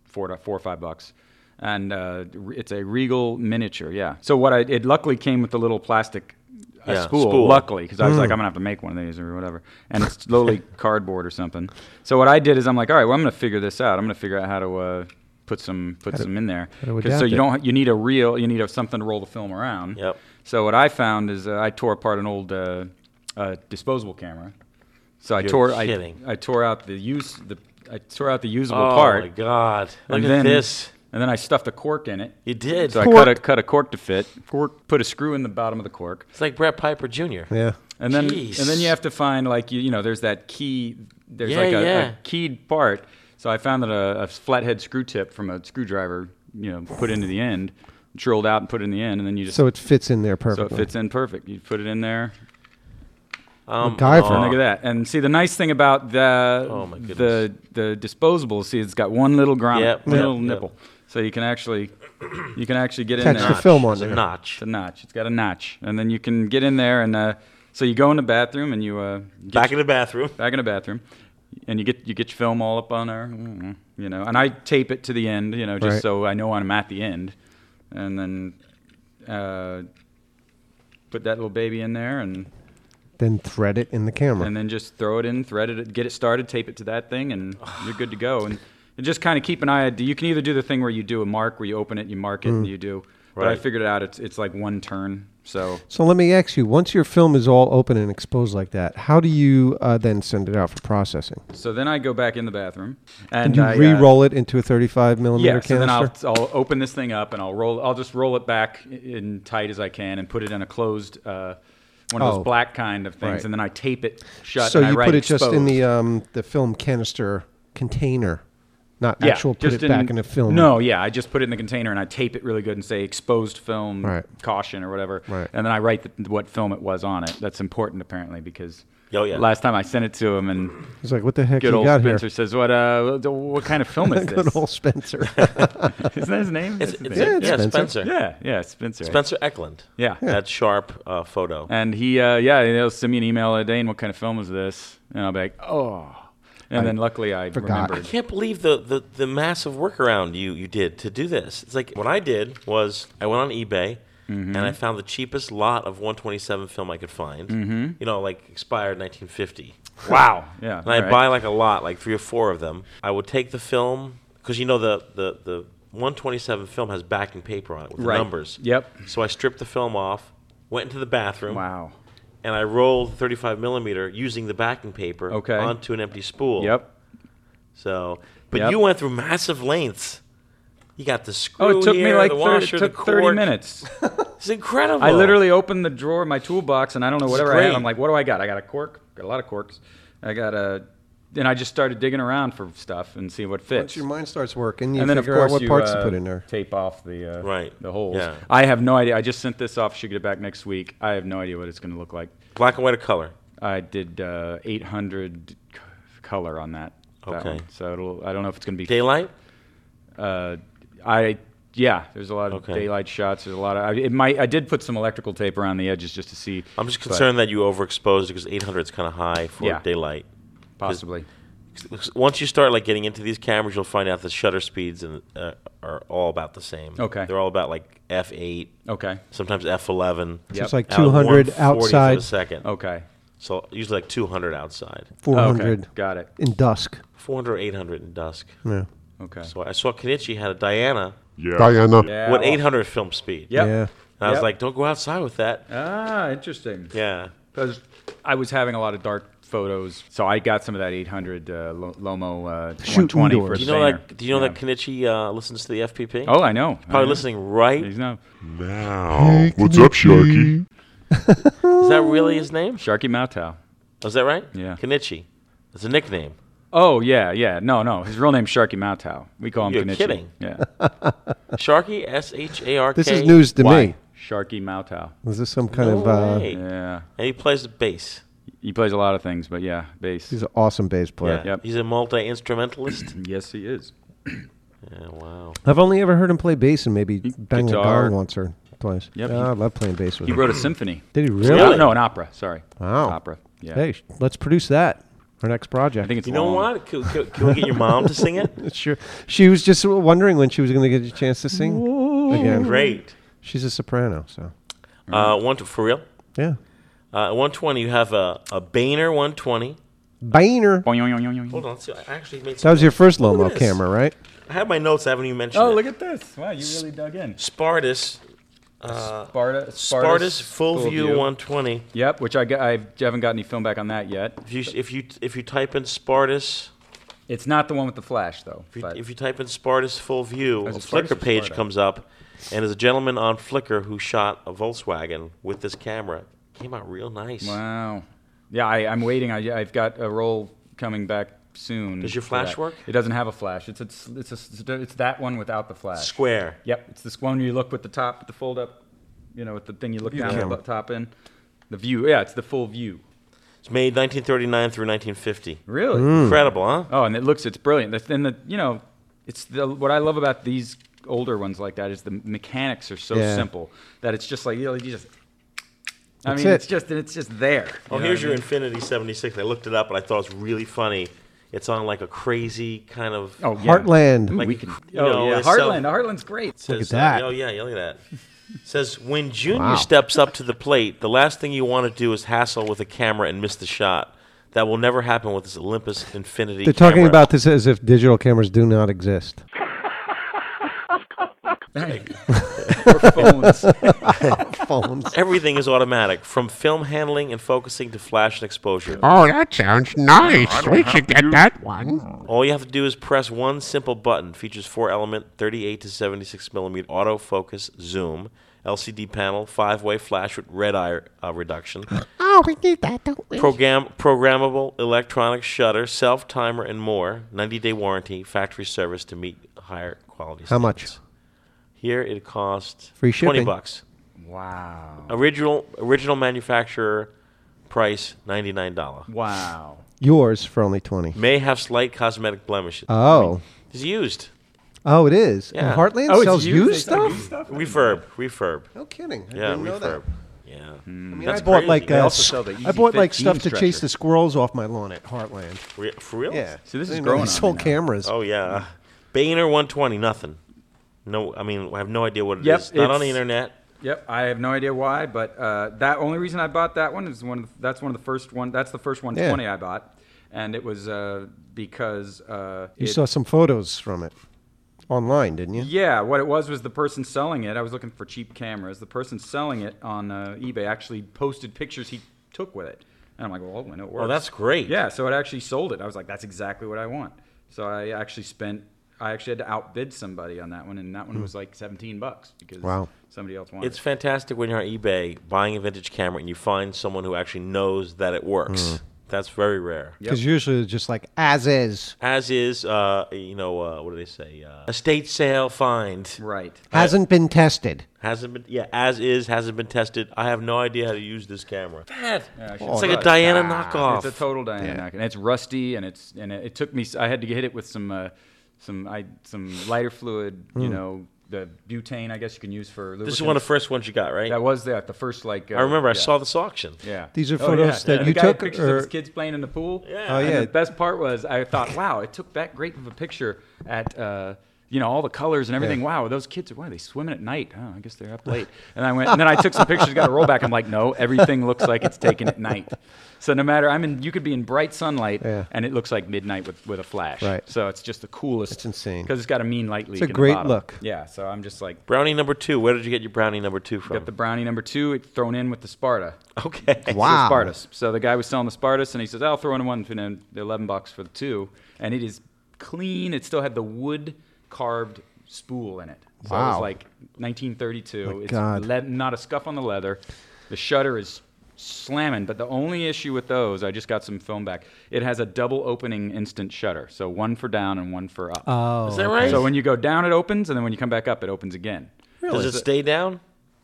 four to four or five bucks, and uh, it's a Regal miniature. Yeah. So what I it luckily came with the little plastic a
Yeah,
spool,
spool.
luckily, because I was like,
Mm.
I'm gonna have to make one of these or whatever, and it's lowly cardboard or something. So what I did is I'm like, all right, well, I'm gonna figure this out. I'm gonna figure out how to uh, put some put some in there.
how to
'Cause so
adapt
you
it.
don't you need a reel, you need a, something to roll the film around.
Yep.
So what I found is uh, I tore apart an old uh, uh, disposable camera. So I
You're
tore
kidding.
I, I tore out the use the I tore out the usable
Oh
part.
my god! Look
and
at
then,
this.
And then I stuffed a cork in it.
You did.
So I cut a cut a cork to fit. Cork. Put a screw in the bottom of the cork.
it's like Brett Piper Jr.
Yeah.
And then
Jeez.
and then you have to find like you you know there's that key there's
Yeah,
like a,
yeah.
a keyed part. So I found that a, a flathead screw tip from a screwdriver you know put into the end, drilled out and put it in the end, and then you just
So it fits in there
so
perfectly.
it fits in perfect. You put it in there.
Um,
MacGyver.
aw.
And look at that. And see the nice thing about the
Oh, my goodness.
the the disposable. See, it's got one little grommet,
Yep,
little
yep, yep.
nipple. So you can actually you can actually get in
Attach
there.
the film on
It's a
there.
notch.
It's a notch. It's got a notch, and then you can get in there, and uh, so you go in the bathroom, and you uh, get
Back in
your-
the bathroom.
back in the bathroom, and you get you get your film all up on there, mm, you know. And I tape it to the end, you know, just
Right.
so I know I'm at the end, and then uh, put that little baby in there, and
then thread it in the camera.
and then just throw it in, thread it, get it started, tape it to that thing, and you're good to go. And, and just kind of keep an eye. out. You can either do the thing where you do a mark, where you open it, you mark it,
Mm.
and you do. But I
Right.
figured it out. It's it's like one turn. So
so let me ask you: Once your film is all open and exposed like that, how do you uh, then send it out for processing?
so then I go back in the bathroom
And
and
you
I, uh,
re-roll it into a 35 millimeter
Yeah, so then I'll,
canister.
I'll open this thing up and I'll roll. I'll just roll it back i- in tight as I can and put it in a closed, uh, one of
Oh.
those black kind of things,
Right.
and then I tape it shut.
so
and I
you
write
put it just in
exposed.
the um, the film canister container, not
Yeah,
actual. Put
just
it back in a film.
No, yeah, I just put it in the container and I tape it really good and say exposed film
Right.
caution or whatever,
Right.
and then I write the, what film it was on it. That's important apparently because
Oh, yeah.
last time I sent it to him and
It's like what the heck
good
you
old
got
Spencer
here?
says, "What uh, what kind of film is this?
Good old Spencer.
Isn't that his name?
It's,
That's his
it's,
name.
yeah,
it's
Spencer.
Spencer.
yeah, yeah, Spencer.
Spencer Eklund.
Yeah. Yeah.
That sharp uh, photo.
And he, uh, yeah, he'll send me an email, uh, Dane, what kind of film is this? And I'll be like, oh. And then luckily I
forgot.
I
remembered.
can't believe the, the, the massive workaround you, you did to do this. It's like what I did was I went on eBay and I found the cheapest lot of 127 film I could find. Mm-hmm. You know, like expired 1950.
Wow. Yeah.
And I'd
all right.
buy like a lot, like three or four of them. I would take the film because you know the, the, the 127 film has backing paper on it with the
Right.
numbers.
Yep.
So I stripped the film off, went into the bathroom,
Wow.
and I rolled the 35 millimeter using the backing paper
Okay.
onto an empty spool.
Yep.
So, but
Yep.
you went through massive lengths. You got the screw
Oh, it took
here,
me like
the
30,
washer,
it
the
took 30
cork.
minutes.
It's incredible.
I literally opened the drawer of my toolbox and I don't know whatever I had.
great.
I'm like, what do I got? I got a cork, got a lot of corks. I got a, and I just started digging around for stuff and see what fits.
Once your mind starts working, you
and then of
figure out
course
what
you,
parts
uh,
to put in there.
Tape off the uh,
Right.
the holes.
Yeah.
I have no idea. I just sent this off. Should get it back next week. I have no idea what it's going to look like.
black and white or color.
I did uh, 800 c- color on that. that
Okay.
one. So it'll, I don't know if it's going to be.
Daylight.
uh, I yeah. There's a lot of
Okay.
daylight shots. There's a lot of. I, it might. I did put some electrical tape around the edges just to see.
I'm just
but
concerned that you overexposed because 800 is kind of high for
Yeah.
daylight.
Possibly.
'Cause Once you start like getting into these cameras, you'll find out the shutter speeds and uh, are all about the same.
Okay.
They're all about like f8,
Okay.
sometimes f11.
Yep.
It's like
out of
200
140th of a
outside,
second. Oh.
Okay.
So usually like 200 outside,
400
Okay. Got it.
in dusk.
400 or 800 in dusk.
Yeah.
Okay.
So I saw Kenichi had a Diana
Diana.
Yeah.
with
well-
800 film speed.
Yep.
Yeah.
And I was
Yep.
like, don't go outside with that.
Ah, interesting.
Yeah.
Because I was having a lot of dark photos, so I got some of that 800 uh, Lo- Lomo uh,
Shoot
120
indoors.
Do
for a
you know
Zener.
that? Do you know
Yeah.
that Kenichi uh, listens to the FPP?
Oh, I know. I
probably
know.
listening right.
He's no
Oh,
Now, what's up, Sharky?
Is that really his name? Oh,
Sharky Mautau.
Is that right?
Yeah.
Kenichi. It's a nickname.
Oh yeah, yeah. No, no. His real name's Sharky Mautau. We call him
You're
Kenichi.
kidding.
Yeah.
Sharky. S H A R K.
This is news to
Why?
me.
Sharky Mautau.
Is this some kind
No
of? Uh,
way.
Yeah.
And he plays the bass.
He plays a lot of things, but yeah, bass.
He's an awesome bass player.
Yeah.
Yep.
He's a multi instrumentalist.
yes, he is.
yeah. Wow.
I've only ever heard him play bass and maybe bang a
guitar.
gong once or twice.
Yep.
Yeah, I love playing bass with
He
him.
wrote a symphony.
Did he really?
No, no, an opera. Sorry.
Wow.
Opera. Yeah.
Hey, sh- let's produce that. Our next project.
I think it's.
You know
long.
what? Can, can- can we get your mom to sing it?
sure. She was just wondering when she was going to get a chance to sing again.
Great.
She's a soprano, so
Uh, one to for real.
yeah.
Uh, at 120, you have a, a Boehner 120.
Boehner.
Hold on, let's see. I actually made
That
some.
was your first
Look
Lomo
at this.
camera, right?
I have my notes. I haven't even mentioned.
Oh,
it.
look at this. Wow, you really dug in.
Spartus. Uh,
Sparta,
Spartus Full View 120.
Yep, which I, got, I haven't got any film back on that yet.
If you if you if you type in Spartus,
It's not the one with the flash though.
if you,
but-
if you type in Spartus Full View, a
Is it Spartus or
Flickr page
Sparta?
comes up, and there's a gentleman on Flickr who shot a Volkswagen with this camera. Came out real nice.
Wow. Yeah, I, I'm waiting. I, I've got a roll coming back soon.
Does your
for
flash
that.
work?
It doesn't have a flash. It's it's it's, a, it's that one without the flash.
Square.
Yep, it's this one you look with the top, with the fold up, you know, with the thing you look down at the
camera.
top in. The view. Yeah, it's the full view.
It's made 1939 through 1950.
Really?
Hmm.
Incredible, huh?
Oh, and it looks it's brilliant. That's- And the you know, it's the what I love about these older ones like that is the mechanics are so
Yeah.
simple that it's just like you know, you just. I
That's
mean,
it.
it's just it's just there.
Oh,
You know
here's
what I
your
mean?
Infinity 76. I looked it up and I thought it was really funny. It's on like a crazy kind of.
Oh, yeah.
Heartland.
Ooh,
Like,
we can. Oh
you know,
yeah,
it's so-
Heartland. Heartland's great.
Look
at that.
oh yeah, yeah, look at that. says when Junior
Wow.
steps up to the plate, the last thing you want to do is hassle with a camera and miss the shot. That will never happen with this Olympus Infinity.
They're talking
camera.
about this as if digital cameras do not exist.
Or phones.
Phones.
everything is automatic, from film handling and focusing to flash and exposure.
Oh, that sounds nice. We should get that one.
All you have to do is press one simple button. Features four element, 38 to 76 millimeter autofocus zoom, LCD panel, five way flash with red eye uh, reduction,
Oh, we need that, don't we?
program programmable electronic shutter, self timer, and more. 90 day warranty, factory service to meet higher quality.
How much?
standards. Here it costs
Free
20
shipping.
bucks.
wow.
Original original manufacturer price $99.
Wow.
Yours for only 20.
May have slight cosmetic blemishes.
Oh.
it's used.
Oh, it is. And
Yeah.
Heartland
Oh,
sells Oh, used, stuff?
Refurb, refurb.
No kidding. I
Yeah,
didn't know that. Hmm.
refurb. Yeah.
I mean,
That's
I bought
crazy.
like
They
uh,
also sell the
I bought like
EZ-15
stuff to chase
stretcher.
the squirrels off my lawn at Heartland.
Re- for real?
Yeah. Hmm.
See, this
I
is
didn't know
growing
they
on me
sold
now.
cameras.
Oh yeah. Boehner 120, nothing. No, I mean, I have no idea what it is.
Yep,
Not on the
it's-
internet.
Yep, I have no idea why, but uh, that only reason I bought that one is one. Of the, that's one of the first one. That's the first 120 I bought, and it was uh, because uh,
you
it-
saw some photos from it online, didn't you?
Yeah, what it was was the person selling it. I was looking for cheap cameras. The person selling it on uh, eBay actually posted pictures he took with it, and I'm like, well, I know it works.
Oh, that's great.
Yeah, so it actually sold it. I was like, that's exactly what I want. So I actually spent. I actually had to outbid somebody on that one, and that one was like 17 bucks because
Wow.
somebody else wanted.
Hmm. It's
it.
fantastic when you're on eBay buying a vintage camera and you find someone who actually knows that it works.
Hmm.
That's very rare.
Because usually it's just like as is,
As is, uh, you know, uh, what do they say? Uh, estate sale find.
right.
hasn't been tested.
Hasn't been, yeah, as is, hasn't been tested. I have no idea how to use this camera.
Yeah, I should
It's
buy
like a
it.
Diana knockoff.
Oh, It's a total Diana knock- and it's rusty, and it's and it, it took me. s- I had to hit it with some uh, some I some lighter fluid, you
Hmm.
know, the butane. I guess you can use for.
this is one of the first ones you got, right?
that was that the first like. Uh,
I remember I
yeah,
saw this auction.
Yeah.
These are
Oh,
photos
yeah.
that
The
you
guy had
took,
pictures of his
or-
kids playing in the pool.
Yeah.
Oh,
And
yeah.
The best part was I thought, wow, it took that great of a picture at. Uh, you know all the colors and everything.
Yeah.
Wow, those kids are why are they swimming at night? Oh, I guess they're up late. And I went and then I took some pictures, got a rollback. I'm like, no, everything looks like it's taken at night. So no matter, I'm in. You could be in bright sunlight,
Yeah.
and it looks like midnight with, with a flash.
Right.
So it's just the coolest.
It's insane.
because it's got a mean light leak.
a
in the
great
bottom.
look.
Yeah. So I'm just like
Brownie number two. Where did you get your brownie number two from?
got the brownie number two it thrown in with the Sparta.
okay.
It's
Wow.
a Spartus. So the guy was selling the Spartus, and he says, "I'll throw in one for the the eleven bucks for the two. And it is clean. It still had the wood carved spool in it. So it
Wow.
was like 1932.
My
it's
God.
le- not a scuff on the leather. The shutter is slamming. But the only issue with those, I just got some film back. It has a double opening instant shutter. So one for down and one for up.
Oh.
Is that right?
So when you go down, it opens, and then when you come back up, it opens again.
Does it stay down?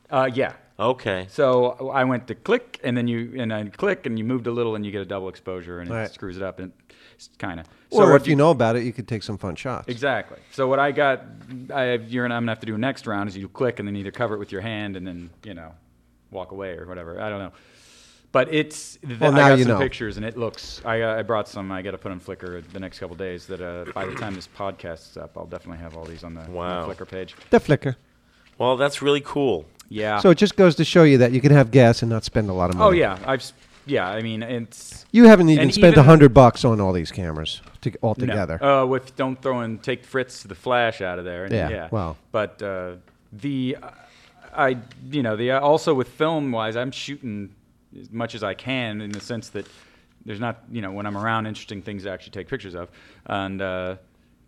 Uh, yeah.
Okay.
So I went to click, and then you and I click, and you moved a little, and you get a double exposure, and it
Right.
screws it up, and it's kind of.
or if you know about it, you could take some fun shots.
Exactly. So what I got, I you're gonna, I'm gonna have to do next round is you click and then either cover it with your hand and then you know, walk away or whatever. I don't know. But it's th-
Well,
I
now
got
you
some
know.
pictures and it looks. I, uh, I brought some. I got to put on Flickr the next couple days. That uh, by the time this podcast's up, I'll definitely have all these on the, on the
Wow.
Flickr page.
The flicker.
Well, that's really cool.
Yeah.
So it just goes to show you that you can have gas and not spend a lot of money.
oh yeah, I've s- yeah. I mean, it's
You haven't even
And
spent a
even-
hundred bucks on all these cameras to, altogether.
No. Uh, with don't throw and take Fritz the Flash out of there. And,
Yeah,
yeah.
wow.
But uh, the uh, I you know the uh, also with film wise, I'm shooting as much as I can in the sense that there's not you know when I'm around interesting things to actually take pictures of and. Uh,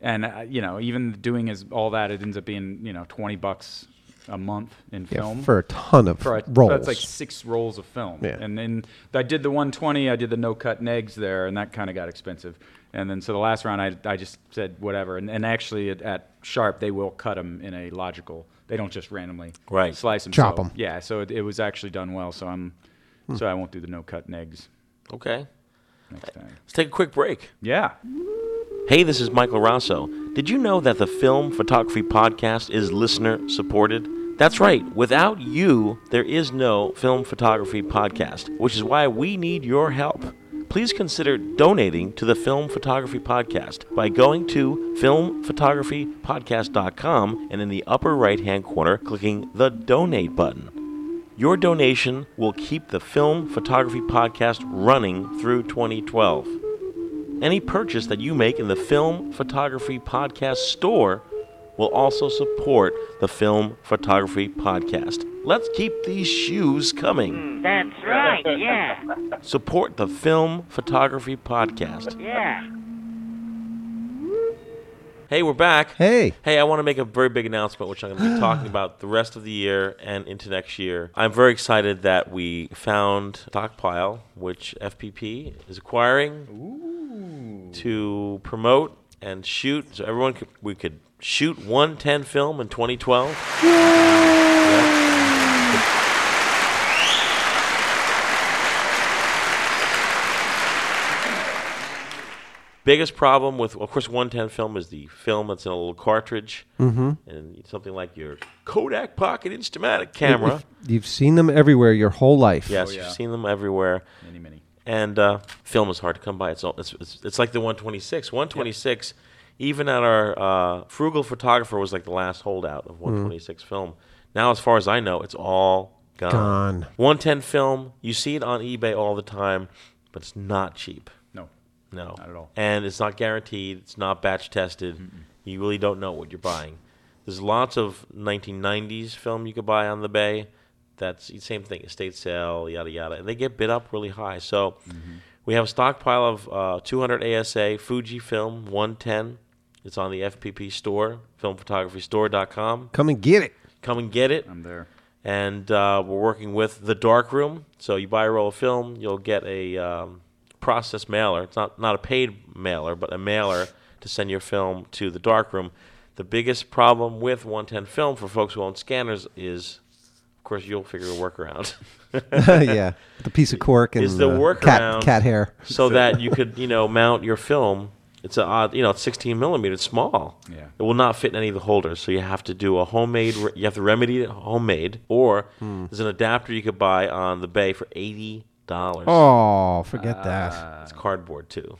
and uh, you know, even doing as all that, it ends up being you know twenty bucks a month in
Yeah,
film
for a ton of
for a,
rolls.
That's like six rolls of film.
Yeah.
And then I did the 120, I did the no cut and eggs there, and that kind of got expensive. And then so the last round, I, I just said whatever. And, and actually at, at Sharp, they will cut them in a logical. They don't just randomly
Right.
slice them.
Chop
so,
'em. Hmm.
Yeah. So it, it was actually done well. So I'm. So I won't do the no cut and eggs
Okay.
next time.
Let's take a quick break.
Yeah.
Hey, this is Michael Rosso. Did you know that the Film Photography Podcast is listener supported? That's right. Without you, there is no Film Photography Podcast, which is why we need your help. Please consider donating to the Film Photography Podcast by going to filmphotographypodcast.com and in the upper right hand corner, clicking the donate button. Your donation will keep the Film Photography Podcast running through 2012. Any purchase that you make in the Film Photography Podcast store will also support the Film Photography Podcast. Let's keep these shoes coming.
Hmm, That's right. Yeah.
Support the Film Photography Podcast.
Yeah.
Hey, we're back.
hey,
Hey, I want to make a very big announcement, which I'm going to be talking about the rest of the year and into next year. I'm very excited that we found Stockpile, which FPP is acquiring to promote and shoot. So everyone could we could shoot 110 film in 2012. Biggest problem with, of course, 110 film is the film that's in a little cartridge and something like your Kodak Pocket Instamatic camera.
you've seen them everywhere your whole life.
yes,
yeah.
you've seen them everywhere.
Many, many.
and uh, film is hard to come by. It's all, it's, it's it's like the 126. 126, even at our uh, frugal photographer was like the last holdout of 126 film. Now, as far as I know, it's all gone.
Gone.
110 film. You see it on eBay all the time, but it's not cheap.
No.
No, not
at all.
And it's not guaranteed. It's not batch tested. You really don't know what you're buying. There's lots of 1990s film you could buy on the bay. That's the same thing, estate sale, yada yada, and they get bid up really high. So
Mm-hmm.
we have a stockpile of uh, 200 ASA Fuji film 110. It's on the FPP store, filmphotographystore.com.
Come and get it.
Come and get it
I'm there.
and uh, we're working with the dark room so you buy a roll of film you'll get a um, process mailer it's not, not a paid mailer but a mailer to send your film to the dark room the biggest problem with 110 film for folks who own scanners is of course you'll figure a workaround
yeah, the piece of cork and
Is the
uh, cat
workaround-
cat hair.
so that you could you know mount your film it's an odd you know it's 16 millimeter it's small
Yeah.
it will not fit in any of the holders so you have to do a homemade re- you have to remedy it homemade or
Hmm.
there's an adapter you could buy on the bay for 80 dollars
Oh, forget that.
uh,
it's cardboard too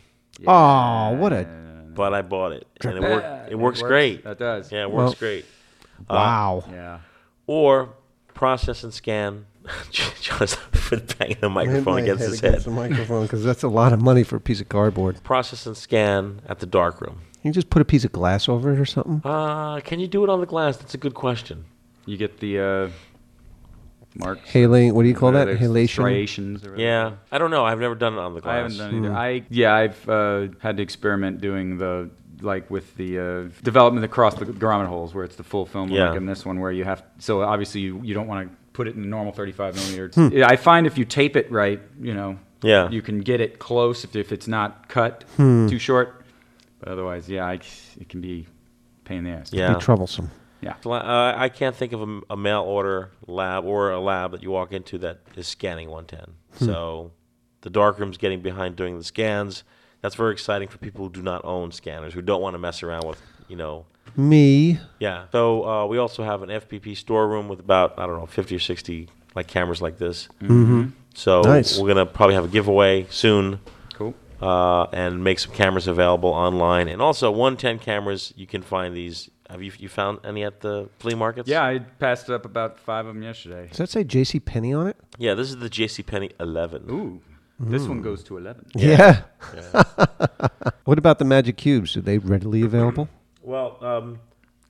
Oh, what a
but i bought it and it, worked. it works great
That does.
yeah it
Well-
works great
wow.
Yeah.
or process and scan just banging the
I hit
microphone
my
against
head
his
against the
head
microphone because that's a lot of money for a piece of cardboard.
process and scan at the dark room
Can you just put a piece of glass over it or something?
uh, can you do it on the glass that's a good question
You get the uh, marks.
Haley, what do you call that?
There's
Halation.
striations or
Yeah, I don't know. I've never done it on the glass.
I haven't done
Hmm.
either. I yeah, I've uh, had to experiment doing the like with the uh, development across the grommet holes where it's the full film,
Yeah.
like in this one where you have. So obviously you, you don't want to put it in normal 35 millimeter. It's- yeah, I find if you tape it right, you know,
Hmm. Yeah. Hmm.
you can get it close if, if it's not cut too short. But otherwise, yeah, I, it can be a pain in the ass.
Yeah,
Be troublesome.
yeah.
La- uh, I can't think of a, a mail order lab or a lab that you walk into that is scanning 110.
Hmm.
So the darkroom's getting behind doing the scans. That's very exciting for people who do not own scanners who don't want to mess around with you know
Me.
Yeah. So uh, we also have an FPP storeroom with about I don't know 50 or 60 like cameras like this. Mm-hmm. So
Nice.
we're gonna probably have a giveaway soon.
Cool.
Uh, and make some cameras available online, and also 110 cameras. You can find these Have you you found any at the flea markets?
Yeah, I passed up about five of them yesterday.
Does that say J.C. Penney on it?
Yeah, this is the J.C. Penney 11.
Ooh, this
Hmm.
one goes to 11.
Yeah. what about the magic cubes? Are they readily available?
Well, um,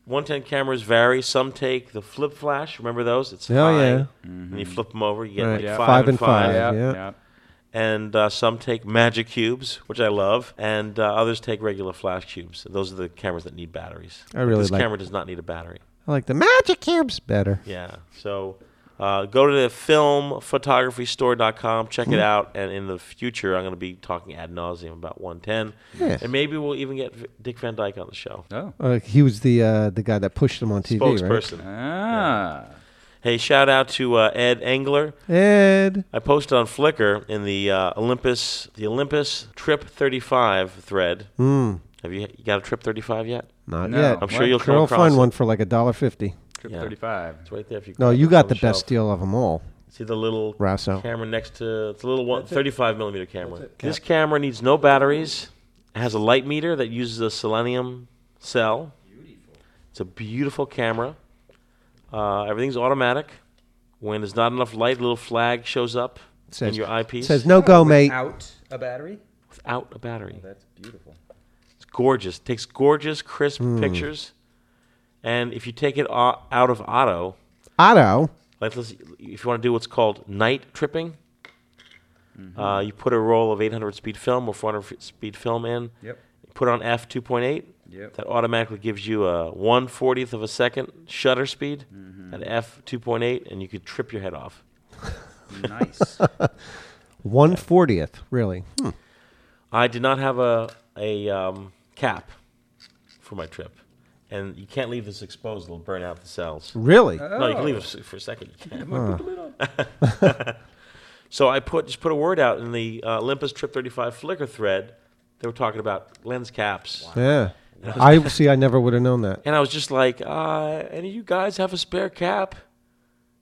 110 cameras vary. Some take the flip flash. Remember those? It's
Oh,
high,
yeah.
And you flip them over, you get
Right.
like
Yeah.
five,
Five
and
and five.
five.
Yeah.
And uh, some take magic cubes, which I love, and uh, others take regular flash cubes. Those are the cameras that need batteries.
I really
this
like-
camera does not need a battery.
I like the magic cubes better.
Yeah. So uh, go to the filmphotographystore.com, check
Hmm.
it out, and in the future I'm going to be talking ad nauseum about 110,
Yes.
and maybe we'll even get V- Dick Van Dyke on the show.
Oh.
Uh, he was the uh, the guy that pushed them on TV,
Spokesperson.
Ah.
Hey, shout out to uh, Ed Engler.
right? Ed.
I posted on Flickr in the uh, Olympus the Olympus Trip 35 thread.
Hmm.
Have you, you got a Trip 35 yet?
Not
No.
yet.
I'm sure
What?
you'll come
Sure, I'll
across
find
it.
one for like a dollar fifty.
Trip
Yeah.
35.
It's right there. If you
No,
grab
you
it
got
on
the
shelf.
best deal of them all.
See the little
Rasso.
camera next to it's a little one, 35 millimeter camera. This camera needs no batteries. It has a light meter that uses a selenium cell. It's a beautiful camera. Uh, everything's automatic. When there's not enough light, a little flag shows up
It says,
in your eyepiece.
says no go, mate.
Out a battery?
without a battery.
That's beautiful.
It's gorgeous. takes gorgeous, crisp
Hmm.
pictures. And if you take it o- out of auto,
Otto.
like let's, if you want to do what's called night tripping,
Mm-hmm.
uh, you put a roll of 800 speed film or 400 f- speed film in.
Yep.
Put on f 2.8.
Yep.
That automatically gives you a 1 40th of a second shutter speed
Mm-hmm.
at f 2.8, and you could trip your head off.
Nice.
One fortieth, really. Hmm.
I did not have a a um, cap for my trip, and you can't leave this exposed; it'll burn out the cells.
Really?
No, you can leave it
Oh.
s- for a second. You can't. so I put just put a word out in the uh, Olympus Trip 35 Flickr thread. They were talking about lens caps.
yeah. I see. I never would have known that.
And I was just like, uh, any of you guys have a spare cap?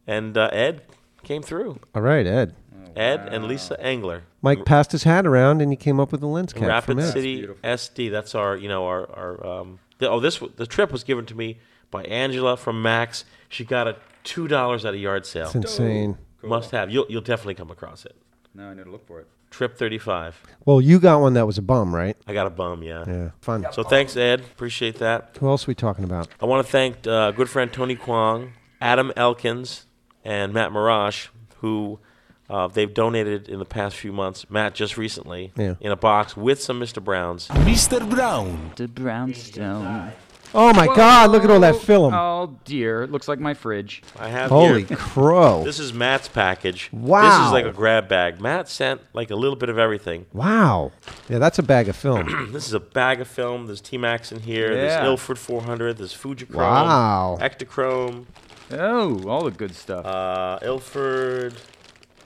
And uh, Ed came through.
All right, Ed.
Ed and Lisa Engler.
Mike passed his hat around, and he came up with a lens cap. from
Rapid
it.
City SD. That's our, you know, our, our um, the, oh, this w- the trip was given to me by Angela from Max. She got a two dollars at a yard sale.
It's insane.
Must have. You'll you'll definitely come across it.
now I need to look for it.
Trip thirty five.
Well, you got one that was a bum, right?
I got a bum. Yeah.
Yeah. Fun.
So thanks, Ed. Appreciate that.
Who else are we talking about?
I want to thank uh, good friend Tony Kwong, Adam Elkins, and Matt Mirage, who uh, they've donated in the past few months. Matt just recently
Yeah.
in a box with some Mr. Browns.
The brownstone.
Oh my God! Look at all that film.
Oh, dear. It looks like my fridge.
I have
Holy
here-
crow!
This is Matt's package. This
Wow.
is like a grab bag. Matt sent like a little bit of everything.
Wow. Yeah, that's a bag of film.
This is a bag of film. There's T Max in here.
Yeah.
There's Ilford 400. There's Fujichrome.
Wow.
Ektachrome.
Oh, all the good stuff.
Uh, Ilford.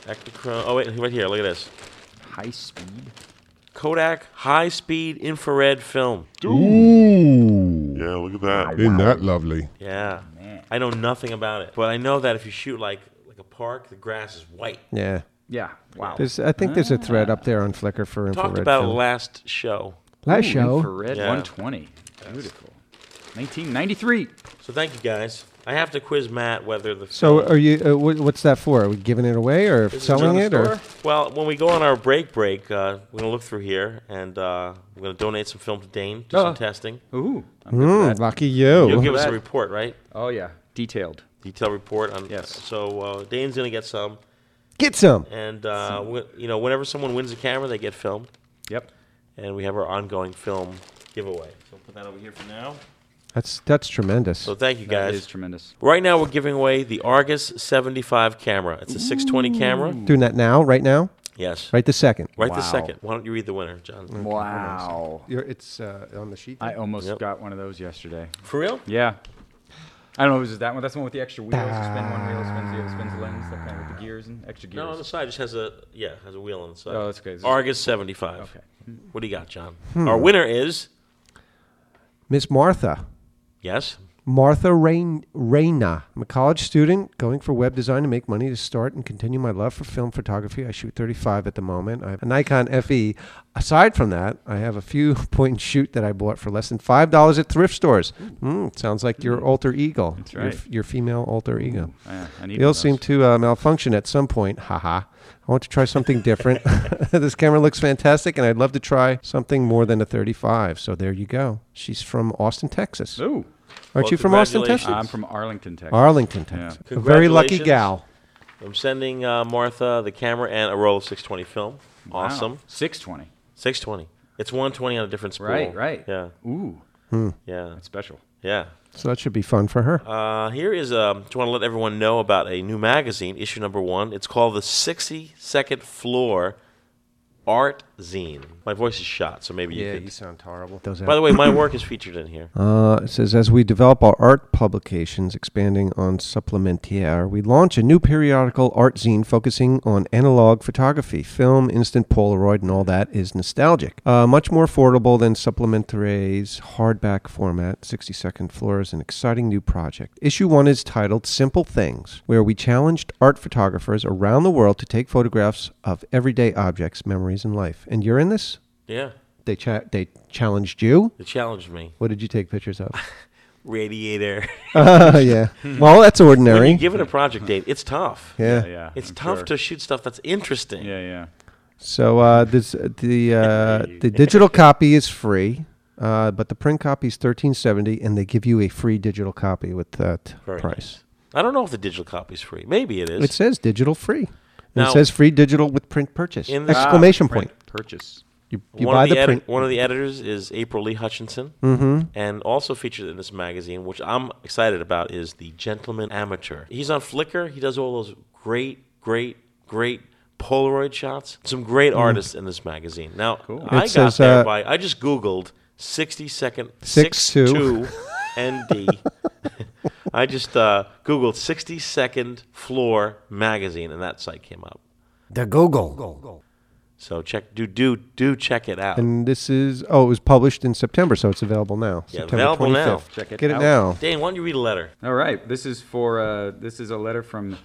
Ektachrome. Oh, wait, right here. Look at this.
High speed.
Kodak high speed infrared film.
Ooh.
Yeah, look at that.
Isn't that lovely?
Yeah.
Oh,
I know nothing about it, but I know that if you shoot like like a park, the grass is white.
Yeah.
Yeah. Wow.
There's, I think there's a thread up there on Flickr for infrared
Talked about it
film.
last show.
Last
Ooh,
show.
Infrared
Yeah.
120. Beautiful. 1993.
So thank you guys. I have to quiz Matt whether the
So
film-
are you? Uh, wh- what's that for? Are we giving it away or
This is
selling
John
it or?
Storer. Well, when we go on our break, break, uh, we're gonna look through here, and uh, we're gonna donate some film to Dane, do
Oh.
some testing.
Ooh. I'm-
Mm, lucky
You'll
you.
give us a
That-
report, right?
Oh, yeah. Detailed.
Detailed report on.
Yes.
So uh, Dane's gonna get some,
Get some.
and uh, we, you know, whenever someone wins a camera, they get filmed,
Yep.
and we have our ongoing film giveaway. So put that over here for now.
That's that's tremendous.
So thank you
That is
guys.
tremendous.
Right now, we're giving away the Argus 75 camera. It's a 620 camera.
Doing that now, right now,
Yes.
right this second.
Right this second. Why don't you read the winner, John?
Wow.
You're, it's uh, on the sheet.
I almost
Yep.
got one of those yesterday.
For real?
Yeah. I don't know if it was that one. That's the one with the extra wheels. You spin one wheel, it spins the other, spins the lens. That kind of with the gears and extra gears.
No, on the side just has a yeah, has a wheel on the side.
Oh, that's okay. Is this-
Argus seventy five.
Okay. Hmm.
What do you got, John? Our winner is
Miss Martha.
yes,
Martha Rain- Reina. I'm a college student going for web design to make money to start and continue my love for film photography. I shoot 35 at the moment. I have a Nikon FE. Aside from that, I have a few point and shoot that I bought for less than $5 at thrift stores. Mm, sounds like your alter ego. That's Your,
right.
f- your female alter ego.
Oh, yeah, I need
they
one
all
of
seem
those.
to uh, malfunction at some point. Haha. I want to try something different. this camera looks fantastic, and I'd love to try something more than a 35. So there you go. She's from Austin, Texas.
Ooh.
Aren't
Well,
you from Austin,
congratulations.
Texas?
I'm from Arlington, Texas.
Arlington,
Yeah.
Texas. A very lucky
Congratulations.
gal.
I'm sending uh, Martha the camera and a roll of 620 film.
Wow.
Awesome.
620.
620. It's 120 on a different spool.
Right, right.
Yeah,
Ooh,
yeah,
that's special.
yeah.
So that should be fun for her.
Uh, here is, um, just want to let everyone know about a new magazine, issue number one. It's called the 62nd Floor Art Zine. My voice is shot, so maybe you could.
sound horrible. Those
By the way, my work is featured in here.
Uh, it says, as we develop our art publications, expanding on supplementaire, we launch a new periodical art zine focusing on analog photography, film, instant Polaroid, and all that is nostalgic. Uh, much more affordable than supplementaire's hardback format, 60 Second Floor is an exciting new project. Issue one is titled Simple Things, where we challenged art photographers around the world to take photographs of everyday objects, memories, and life. And you're in this?
Yeah,
They, cha- they challenged you?
it challenged me.
What did you take pictures of?
Radiator.
Uh, yeah. Well, that's
when you
ordinary.
give it a project date, it's tough.
yeah.
Yeah, yeah.
It's
I'm
tough
sure.
to shoot stuff that's interesting.
Yeah, yeah.
So uh, this the uh, the digital copy is free, uh, but the print copy is thirteen seventy, and they give you a free digital copy with that
Very
price.
nice. I don't know if the digital copy's free. Maybe it is.
It says digital free. And
Now-
it says free digital with print purchase!
In the-
Exclamation
Ah,
point!
print Purchase.
You, you
one
buy
of the
the
edit-
print. Mm-hmm.
one of the editors is April Lee Hutchinson, and also featured in this magazine, which I'm excited about, is the Gentleman Amateur. He's on Flickr. He does all those great, great, great Polaroid shots. Some great artists in this magazine. Now, I
Mm. It
got
says,
there
uh,
by I just Googled 60 second
Six two.
62 ND. I just uh, Googled 60 second floor magazine, and that site came up.
The Google.
So check do do do check it out.
And this is oh, it was published in September, so it's available now.
Yeah,
September
available now.
25th.
Check it
Get it
out.
now.
Dan, why don't you read a letter?
All right. This is for. Uh, this is a letter from.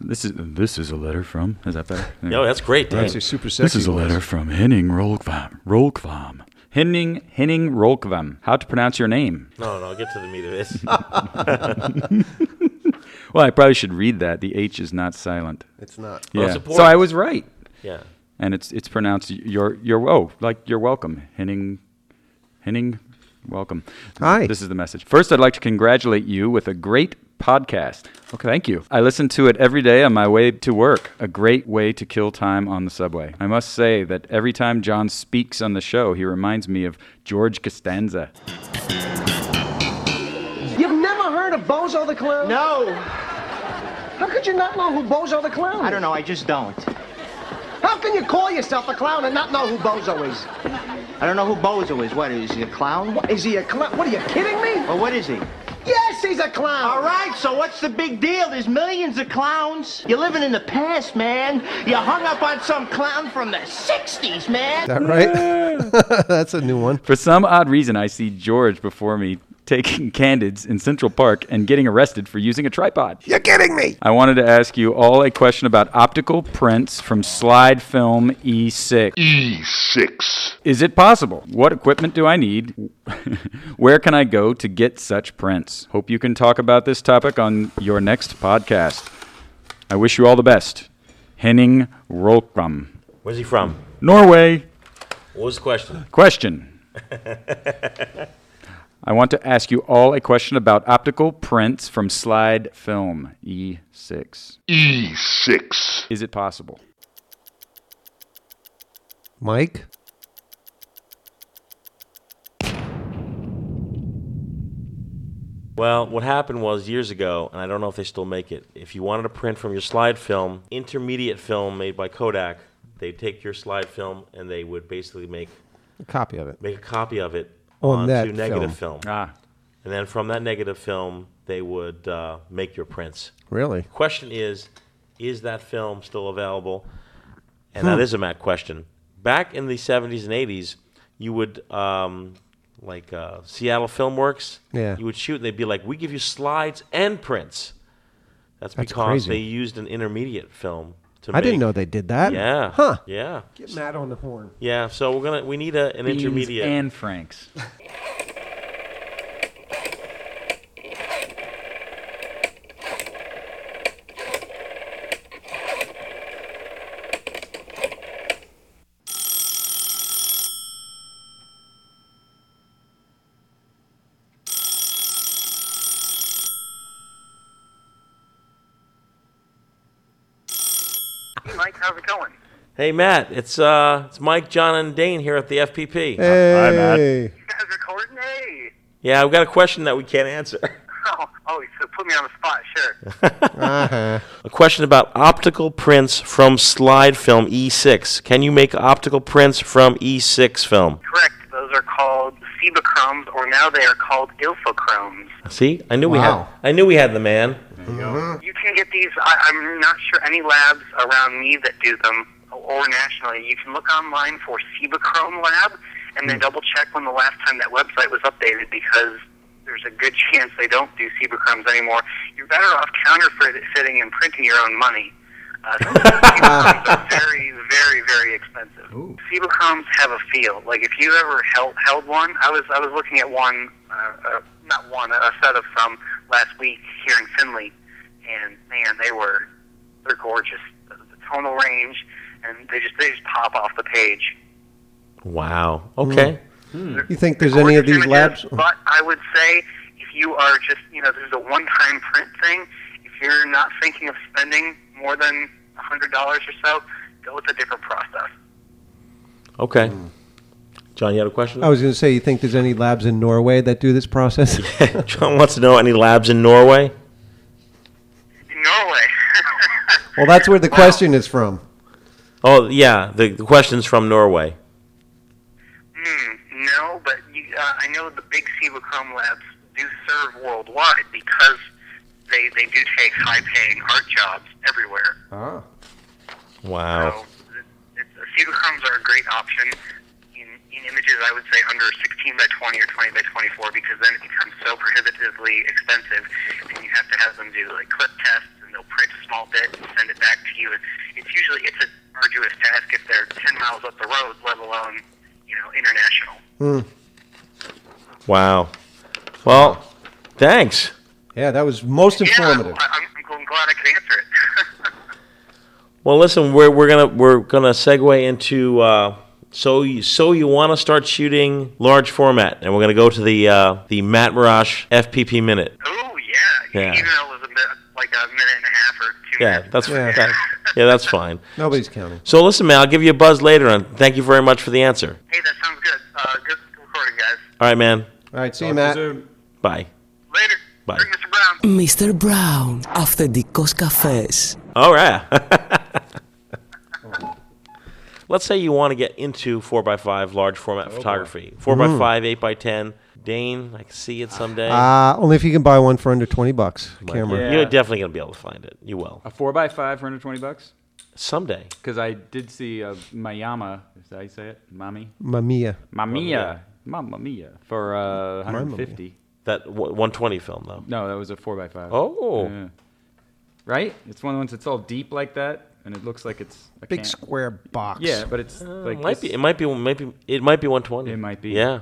This is this is a letter from. Is that better?
No, that's great, Dan.
That's a super sexy.
This is a
voice.
letter from Henning Rolkvam. Rolkvam. Henning Henning Rolkvam. How to pronounce your name?
No, no, get to the meat of this.
Well, I probably should read that. The H is not silent.
It's not.
Well, it's
Yeah.
important.
So I was right,
yeah.
and it's it's pronounced you're you're oh like you're welcome Henning Henning welcome.
Hi.
This is the message. First, I'd like to congratulate you with a great podcast. Okay, thank you. I listen to it every day on my way to work. A great way to kill time on the subway. I must say that every time John speaks on the show, he reminds me of George Costanza.
You've never heard of Bozo the Clown?
No,
How could you not know who Bozo the Clown is?
I don't know. I just don't.
How can you call yourself a clown and not know who Bozo is?
I don't know who Bozo is. What is he? A clown?
Is he a clown? What are you kidding me?
Well, what is he?
Yes, he's a clown.
All right. So what's the big deal? There's millions of clowns. You're living in the past, man. You're hung up on some clown from the '60s, man.
That right? That's a new one.
For some odd reason, I see George before me taking candids in Central Park and getting arrested for using a tripod.
You're kidding me.
I wanted to ask you all a question about optical prints from Slide Film E6.
E E6.
Is it possible? What equipment do I need? Where can I go to get such prints? Hope you can talk about this topic on your next podcast. I wish you all the best. Henning Rolkram,
Where's he from?
Norway.
What was the question?
Question. I want to ask you all a question about optical prints from Slide Film E6.
E E6.
Is it possible?
Mike?
Well, what happened was years ago, and I don't know if they still make it. If you wanted to print from your slide film, intermediate film made by Kodak, they'd take your slide film and they would basically make
A copy of it.
make a copy of it
On
onto
that
negative film.
Ah,
and then from that negative film, they would uh, make your prints.
Really?
Question is, is that film still available?
Hmm.
And that is a Matt question. Back in the 70s and 80s, you would um, like uh, Seattle Filmworks.
Yeah.
You would shoot, and they'd be like, "We give you slides and prints." That's,
That's
because
crazy.
they used an intermediate film to.
I didn't
make-
know they did that.
Yeah.
Huh.
Yeah.
Get Matt on the horn.
Yeah. So we're gonna we need a, an
Beans
intermediate.
and Franks.
Hey, Mike, how's it going?
Hey Matt, it's uh it's Mike, John, and Dane here at the FPP.
Hi, Matt. Hey.
You guys recording? Hey.
Yeah, we've got a question that we can't answer.
Oh, oh, so put me on the spot, sure.
A question about optical prints from slide film E6. Can you make optical prints from E6 film?
Correct. Those are called Cebachromes, or now they are called Ilfochromes.
See, I knew we had
Wow.
I knew we had the man.
You can get these. I, I'm not sure any labs around me that do them, or nationally. You can look online for Cebachrome Lab, and then double check when the last time that website was updated because there's a good chance they don't do Cebachromes anymore. You're better off counterfeiting and printing your own money. Uh, Cebachromes are very, very, very expensive. Cebachromes have a feel. Like if you ever held held one, I was I was looking at one, uh, uh, not one, a set of some last week here in Finley and man, they were they're gorgeous. The, the tonal range, and they just they just pop off the page.
Wow. Okay.
You think there's any of these labs?
But I would say if you are just you know this is a one time print thing. If you're not thinking of spending more than a hundred dollars or so, go with a different process.
Okay. John, you had a question?
I was going to say, you think there's any labs in Norway that do this process?
John wants to know any labs in Norway?
well, that's where the question is from.
Oh yeah, the, the question's from Norway.
mm, No, but you, uh, I know the big Cebachrome labs do serve worldwide because they they do take high paying art jobs everywhere.
Ah.
Wow.
Cebachromes are a great option in, in images, I would say, under 16 by 20 or 20 by 24, because then it becomes so prohibitively expensive, and you have to have them do like clip tests, and they'll print a small bit and send it back to you. And it's usually it's an arduous task if they're 10 miles up the road, let alone you know international.
Wow. Well, thanks.
Yeah, that was most informative.
Well, listen, we're, we're gonna we're gonna segue into uh, so you, so you want to start shooting large format, and we're gonna go to the uh, the Matt Mirage FPP minute.
Oh
yeah, yeah,
Even though it was a bit, like a minute and a half or two.
yeah. That's yeah. yeah, that's fine.
Nobody's counting.
So listen, man, I'll give you a buzz later, and thank you very much for the answer.
Hey, that sounds good. Uh, good recording, guys.
All right, man.
All right, see
you, Matt. Later.
Bye. Bye.
Mr. Brown, after the Coast Cafes.
All right. Let's say you want to get into 4x5 large format photography. 4x5, 8x10. Dane, I can see it someday.
Uh, only if you can buy one for under 20 bucks.
Like,
Camera.
You're definitely going to be able to find it. You will.
A four by five for under twenty bucks.
Someday.
Because I did see a Mayama. Is that how you say it? Mami.
Mamiya.
Mamia. Mamma Mia. For uh,
Mamma Mia.
150.
That w- 120 film, though.
No, that was a four by five.
Oh.
Yeah. Right? It's one of the ones that's all deep like that, and it looks like it's a
Big
can-
square box.
Yeah, but it's like
it Uh, might
this-
be. It might be. Maybe it might be 120. It might
be.
Yeah.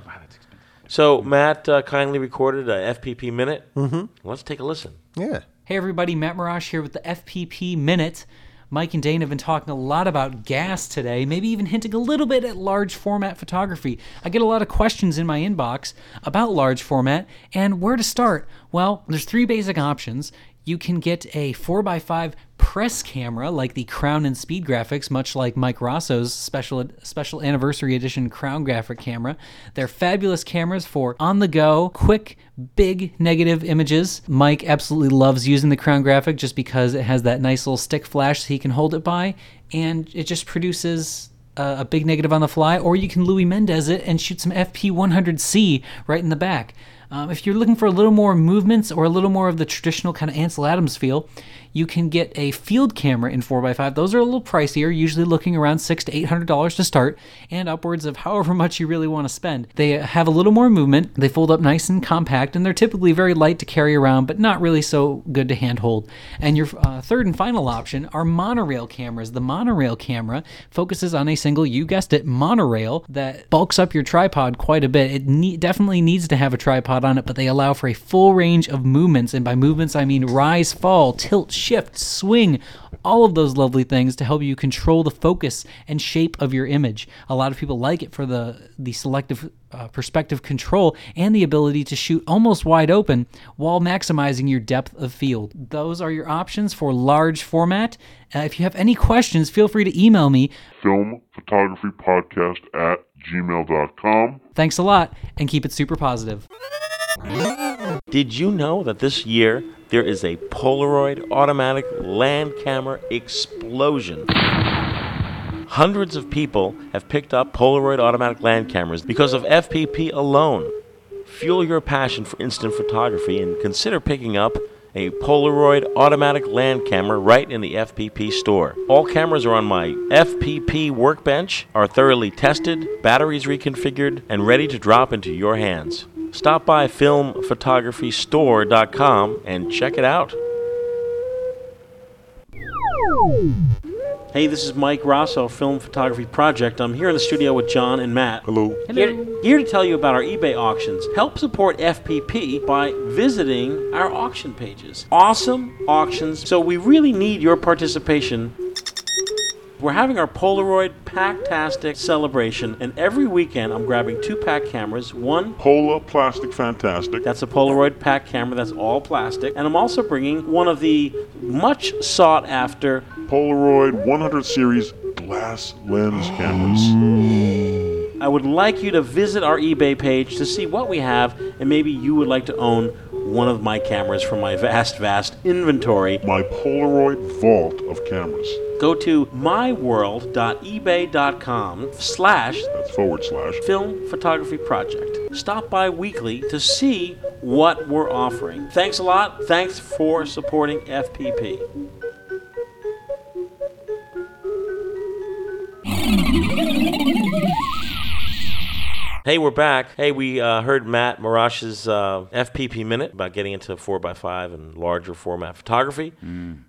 So Matt uh, kindly recorded a FPP minute.
Mhm.
Let's take a listen.
Yeah.
Hey everybody, Matt Mirage here with the FPP Minute. Mike and Dane have been talking a lot about gas today, maybe even hinting a little bit at large format photography. I get a lot of questions in my inbox about large format and where to start. Well, there's three basic options. You can get a 4x5 press camera like the Crown and Speed graphics, much like Mike Rosso's special special anniversary edition Crown graphic camera. They're fabulous cameras for on the go, quick, big negative images. Mike absolutely loves using the Crown graphic just because it has that nice little stick flash he can hold it by, and it just produces uh, a a big negative on the fly, or you can Louis Mendez it and shoot some FP100C right in the back. Um, if you're looking for a little more movements or a little more of the traditional kind of Ansel Adams feel, you can get a field camera in 4x5. Those are a little pricier, usually looking around six to eight hundred dollars to start, and upwards of however much you really want to spend. They have a little more movement, they fold up nice and compact, and they're typically very light to carry around, but not really so good to handhold. And your uh, third and final option are monorail cameras. The monorail camera focuses on a single, you guessed it, monorail that bulks up your tripod quite a bit. It ne- definitely needs to have a tripod on it, but they allow for a full range of movements. And by movements, I mean rise, fall, tilt, shift, swing, all of those lovely things to help you control the focus and shape of your image. A lot of people like it for the, the selective uh, perspective control and the ability to shoot almost wide open while maximizing your depth of field. Those are your options for large format. Uh, if you have any questions, feel free to email me.
Film photography podcast at gmail.com.
Thanks a lot and keep it super positive.
Did you know that this year there is a Polaroid automatic land camera explosion? Hundreds of people have picked up Polaroid automatic land cameras because of FPP alone. Fuel your passion for instant photography and consider picking up a Polaroid automatic land camera right in the FPP store. All cameras are on my FPP workbench, are thoroughly tested, batteries reconfigured, and ready to drop into your hands. Stop by filmphotographystore.com and check it out. Hey, this is Mike Rosso, Film Photography Project. I'm here in the studio with John and Matt. Hello. Here, here to tell you about our eBay auctions. Help support FPP by visiting our auction pages. Awesome auctions. So we really need your participation. We're having our Polaroid Packtastic celebration, and every weekend I'm grabbing two pack cameras. One Pola Plastic Fantastic. That's a Polaroid pack camera that's all plastic, and I'm also bringing one of the much sought after
Polaroid 100 series glass lens cameras.
I would like you to visit our eBay page to see what we have, and maybe you would like to own one of my cameras from my vast, vast inventory.
My Polaroid vault of cameras.
Go to myworld.ebay.com slash
That's forward slash
film photography project. Stop by weekly to see what we're offering. Thanks a lot. Thanks for supporting FPP. Hey, we're back. Hey, we uh, heard Matt Marash's uh, FPP minute about getting into 4x5 and larger format photography.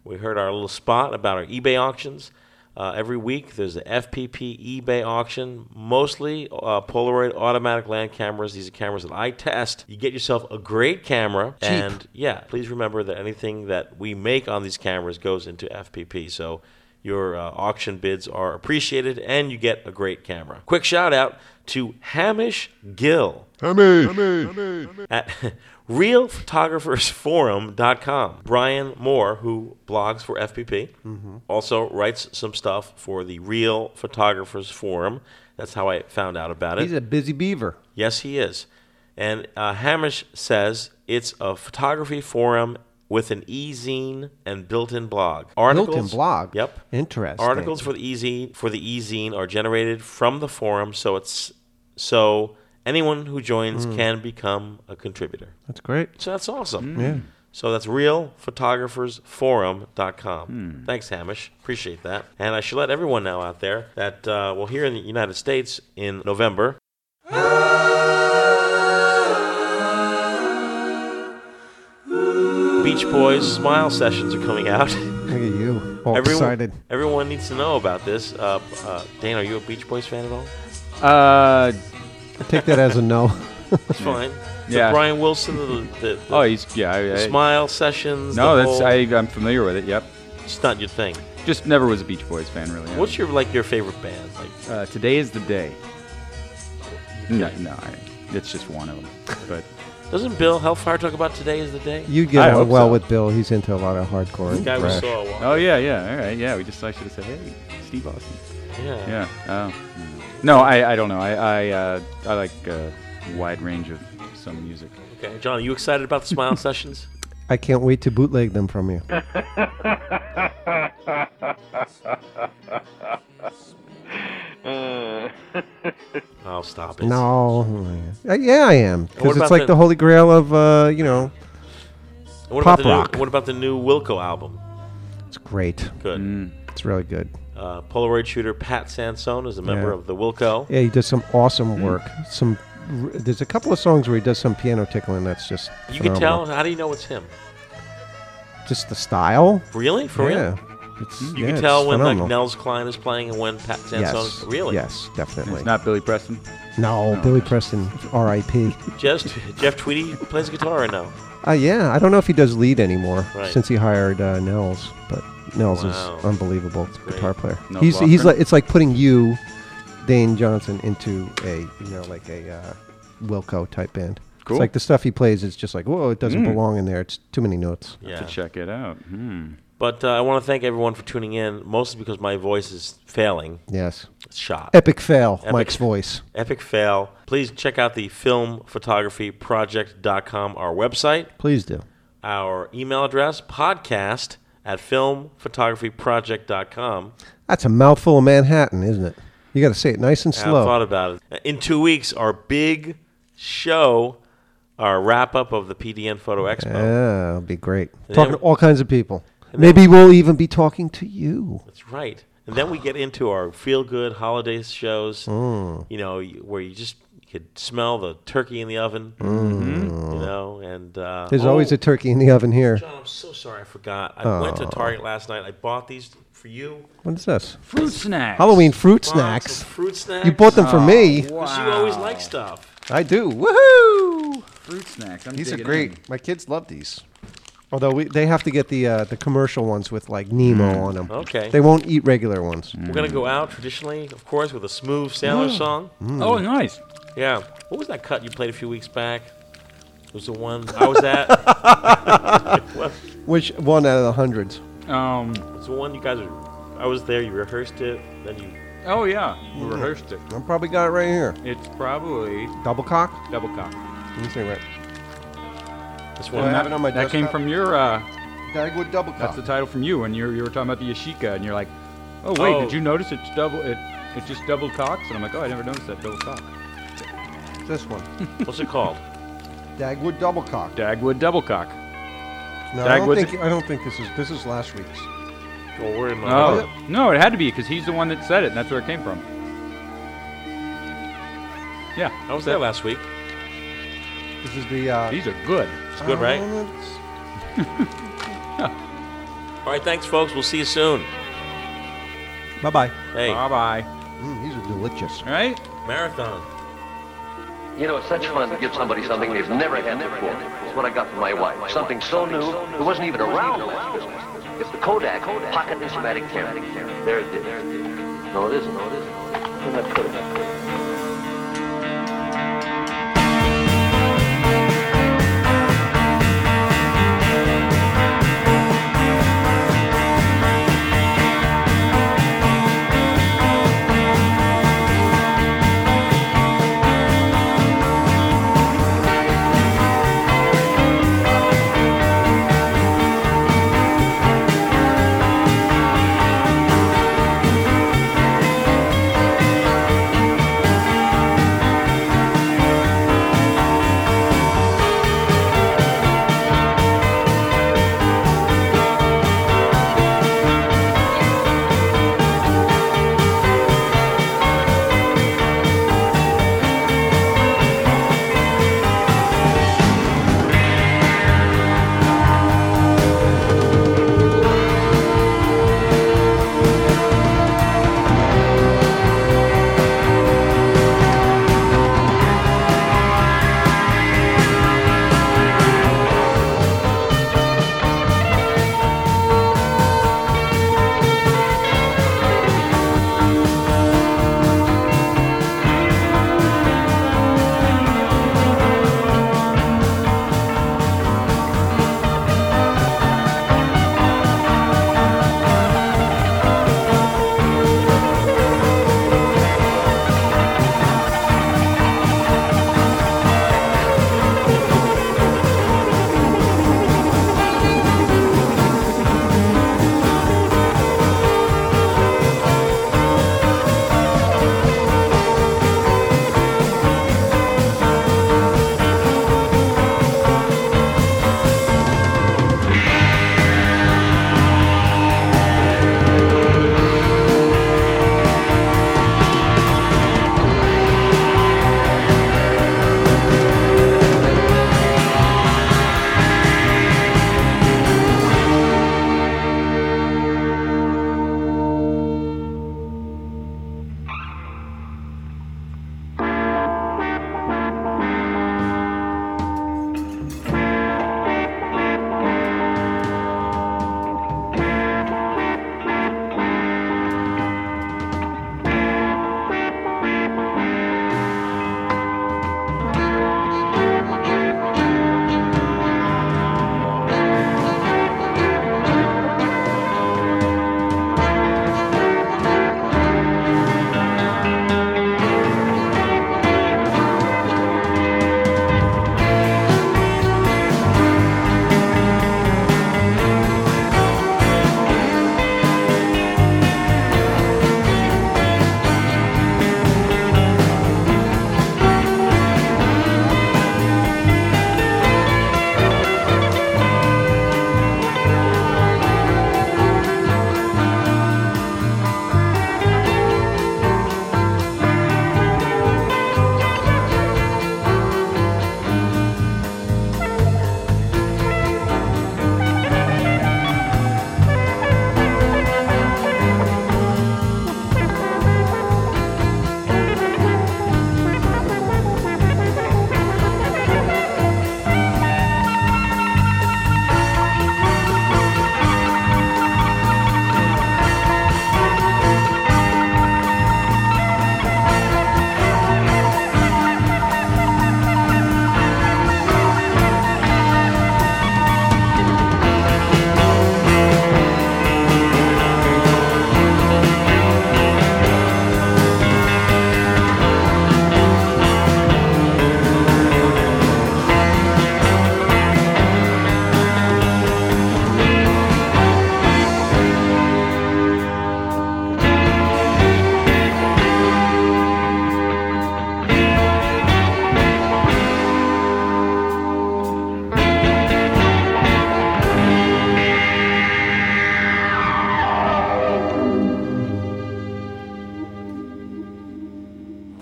We heard our little spot about our eBay auctions. Uh, every week, there's the FPP eBay auction, mostly uh, Polaroid automatic land cameras. These are cameras that I test. You get yourself a great camera.
Cheap.
And yeah, please remember that anything that we make on these cameras goes into FPP. So your uh, auction bids are appreciated and you get a great camera. Quick shout out to Hamish Gill.
Hamish.
at realphotographersforum.com. Brian Moore, who blogs for FPP,
Mhm.
also writes some stuff for the Real Photographers Forum. That's how I found out about it.
He's a busy beaver.
Yes, he is. And uh, Hamish says it's a photography forum with an e-zine and built-in blog. Articles,
blog?
Yep.
Interesting.
Articles for the e-zine for the e-zine are generated from the forum, so it's so anyone who joins
Mm.
can become a contributor.
That's great.
So that's awesome.
Mm. Yeah.
So that's
Hmm.
realphotographersforum.com. Thanks, Hamish. Appreciate that. And I should let everyone know out there that, uh, well, here in the United States in November, Beach Boys Smile Sessions are coming out.
Look at you. All
everyone,
excited.
Everyone needs to know about this. Uh, uh, Dan, are you a Beach Boys fan at all?
Uh,
I take that as a no.
It's fine. So
Yeah.
Brian Wilson, the, the, the
Oh, he's yeah. I, I,
Smile Sessions.
No,
the
that's
whole-
I, I'm familiar with it. Yep.
It's not your thing.
Just never was a Beach Boys fan, really. yeah.
What's your like your favorite band? Like
Uh, today is the day. No, no, I, it's just one of them. But
doesn't Bill Hellfire talk about today is the day?
You'd
I
get
hope
along well
so.
with Bill. He's into a lot of hardcore. and
guy we
thrash.
saw walk-
oh yeah, yeah, all right, yeah. We just I should have said, hey, Steve Austin.
Yeah.
Yeah. Oh. mm. No, I, I don't know. I I uh, I like a wide range of some music.
Okay, John, are you excited about the Smile Sessions?
I can't wait to bootleg them from you.
I'll Oh, stop it.
No. Uh, yeah, I am.
What
Because it's
about
like
the-
the, holy grail of, uh, you know,
What
pop
about the
rock.
New, what about the new Wilco album?
It's great.
Good.
It's really good.
Uh, Polaroid shooter Pat Sansone is a member
Yeah.
of the Wilco.
Yeah, he does some
Hmm.
awesome work. Some r- there's a couple of songs where he does some piano tickling that's just
You can tell.
phenomenal.
How do you know it's him?
just the style.
Really? For
yeah.
real?
It's,
you
yeah,
can
it's
tell when like
phenomenal.
Nels Klein is playing and when Pat Sansone.
Yes.
Really?
Yes, definitely.
It's not Billy Preston.
No, Billy Preston, R.I.P.
Just Jeff Tweedy plays guitar right now.
Uh, yeah, I don't know if he does lead anymore
Right.
since he hired uh, Nels, but Nels
Wow.
is unbelievable guitar player.
Nels
he's he's
Lofgren?
like it's like putting you, Dane Johnson, into a you know like a uh, Wilco type band.
Cool.
It's like the stuff he plays is just like whoa, it doesn't
Mm.
belong in there. It's too many notes.
Yeah.
To check it out. Hmm.
But uh, I want to thank everyone for tuning in, mostly because my voice is failing.
Yes.
It's shot.
Epic fail, Mike's voice.
Epic fail. Please check out the filmphotographyproject.com, our website.
Please do.
Our email address, podcast at filmphotographyproject.com.
That's a mouthful of Manhattan, isn't it? You got to say it nice and
I
slow.
thought about it. In two weeks, our big show, our wrap up of the PDN Photo Expo.
Yeah, it'll be great.
And
Talking
then-
to all kinds of people.
and then-
Maybe we'll even be talking to you.
That's right. And then we get into our feel good holiday shows,
Mm.
you know, y- where you just you could smell the turkey in the oven,
Mm.
you know, and uh,
There's always a turkey in the oven here.
John, I'm so sorry I forgot. I went to
Aw.
Target last night. I bought these for you.
What is this?
Fruit snacks.
Halloween fruit
Box of
snacks.
fruit
You bought them for
snacks.
me.
'Cause you always like stuff.
I do. Woohoo!
Fruit snacks. I'm
These are
digging
great. My kids love these. Although we, they have to get the uh, the commercial ones with like Nemo on them.
Mm. Okay.
They won't eat regular ones.
We're gonna go out traditionally, of course, with a smooth sailor
Mm.
song.
Mm.
Oh, nice.
Yeah. What was that cut you played a few weeks back? It was the one I was at. What-
Which one out of the hundreds?
Um.
It's the one you guys are. I was there. You rehearsed it. Then you.
Oh yeah. We rehearsed it.
I probably got it right here.
It's probably
Double cock.
double cock.
Let me see right.
This
one. Do I have it on my
that came
desktop?
from your. Uh,
Dagwood double cock.
That's the title from you, and you you were talking about the Yashica, and you're like, oh wait,
Oh.
did you notice it's double it it just double cocks? And I'm like, oh, I never noticed that double cock.
This one.
What's it called?
Dagwood double cock.
Dagwood double cock.
No, I don't,
Dagwood's-
think, I don't think this is this is last week's.
Well, we're in
Oh no, it had to be because he's the one that said it, and that's where it came from. Yeah,
I was there last week.
This is the. Uh,
These are good.
It's good, right? All right, thanks, folks. We'll see you soon.
Bye bye.
Hey.
Bye bye.
Mm, these are delicious.
Right?
Marathon.
You know, it's such fun to give somebody something they've never had before. It's what I got from my wife. Something so new, it wasn't even around last Christmas. It's the Kodak Pocket Instamatic Camera. There it is. No, it isn't. No, it isn't. Isn't that good?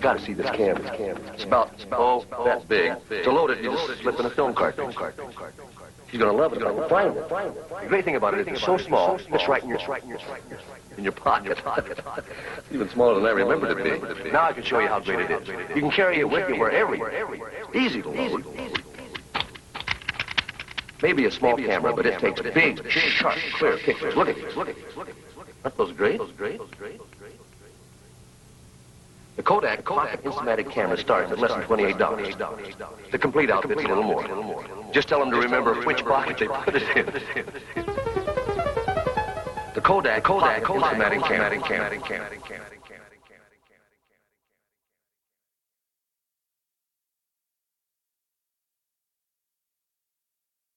got to see this camera. It's about, it's about oh, that big. To load it, you just slip in a film cartridge. She's gonna love it. You're gonna find it. The great thing about it is it's so small. It's right in your in your pocket. Even smaller than I remembered it being. Now I can show you how great it is. You can carry it with you wherever. you- Easy to load. Maybe a small camera, but it takes big, sharp, clear pictures. Look at these. Look at these. Look at these. Aren't those great? The Kodak, Kodak Instamatic camera starts at less than $28. The complete outfit's a little more. Just tell them to remember which pocket they put it in. The Kodak, Kodak, Kodak Instamatic camera.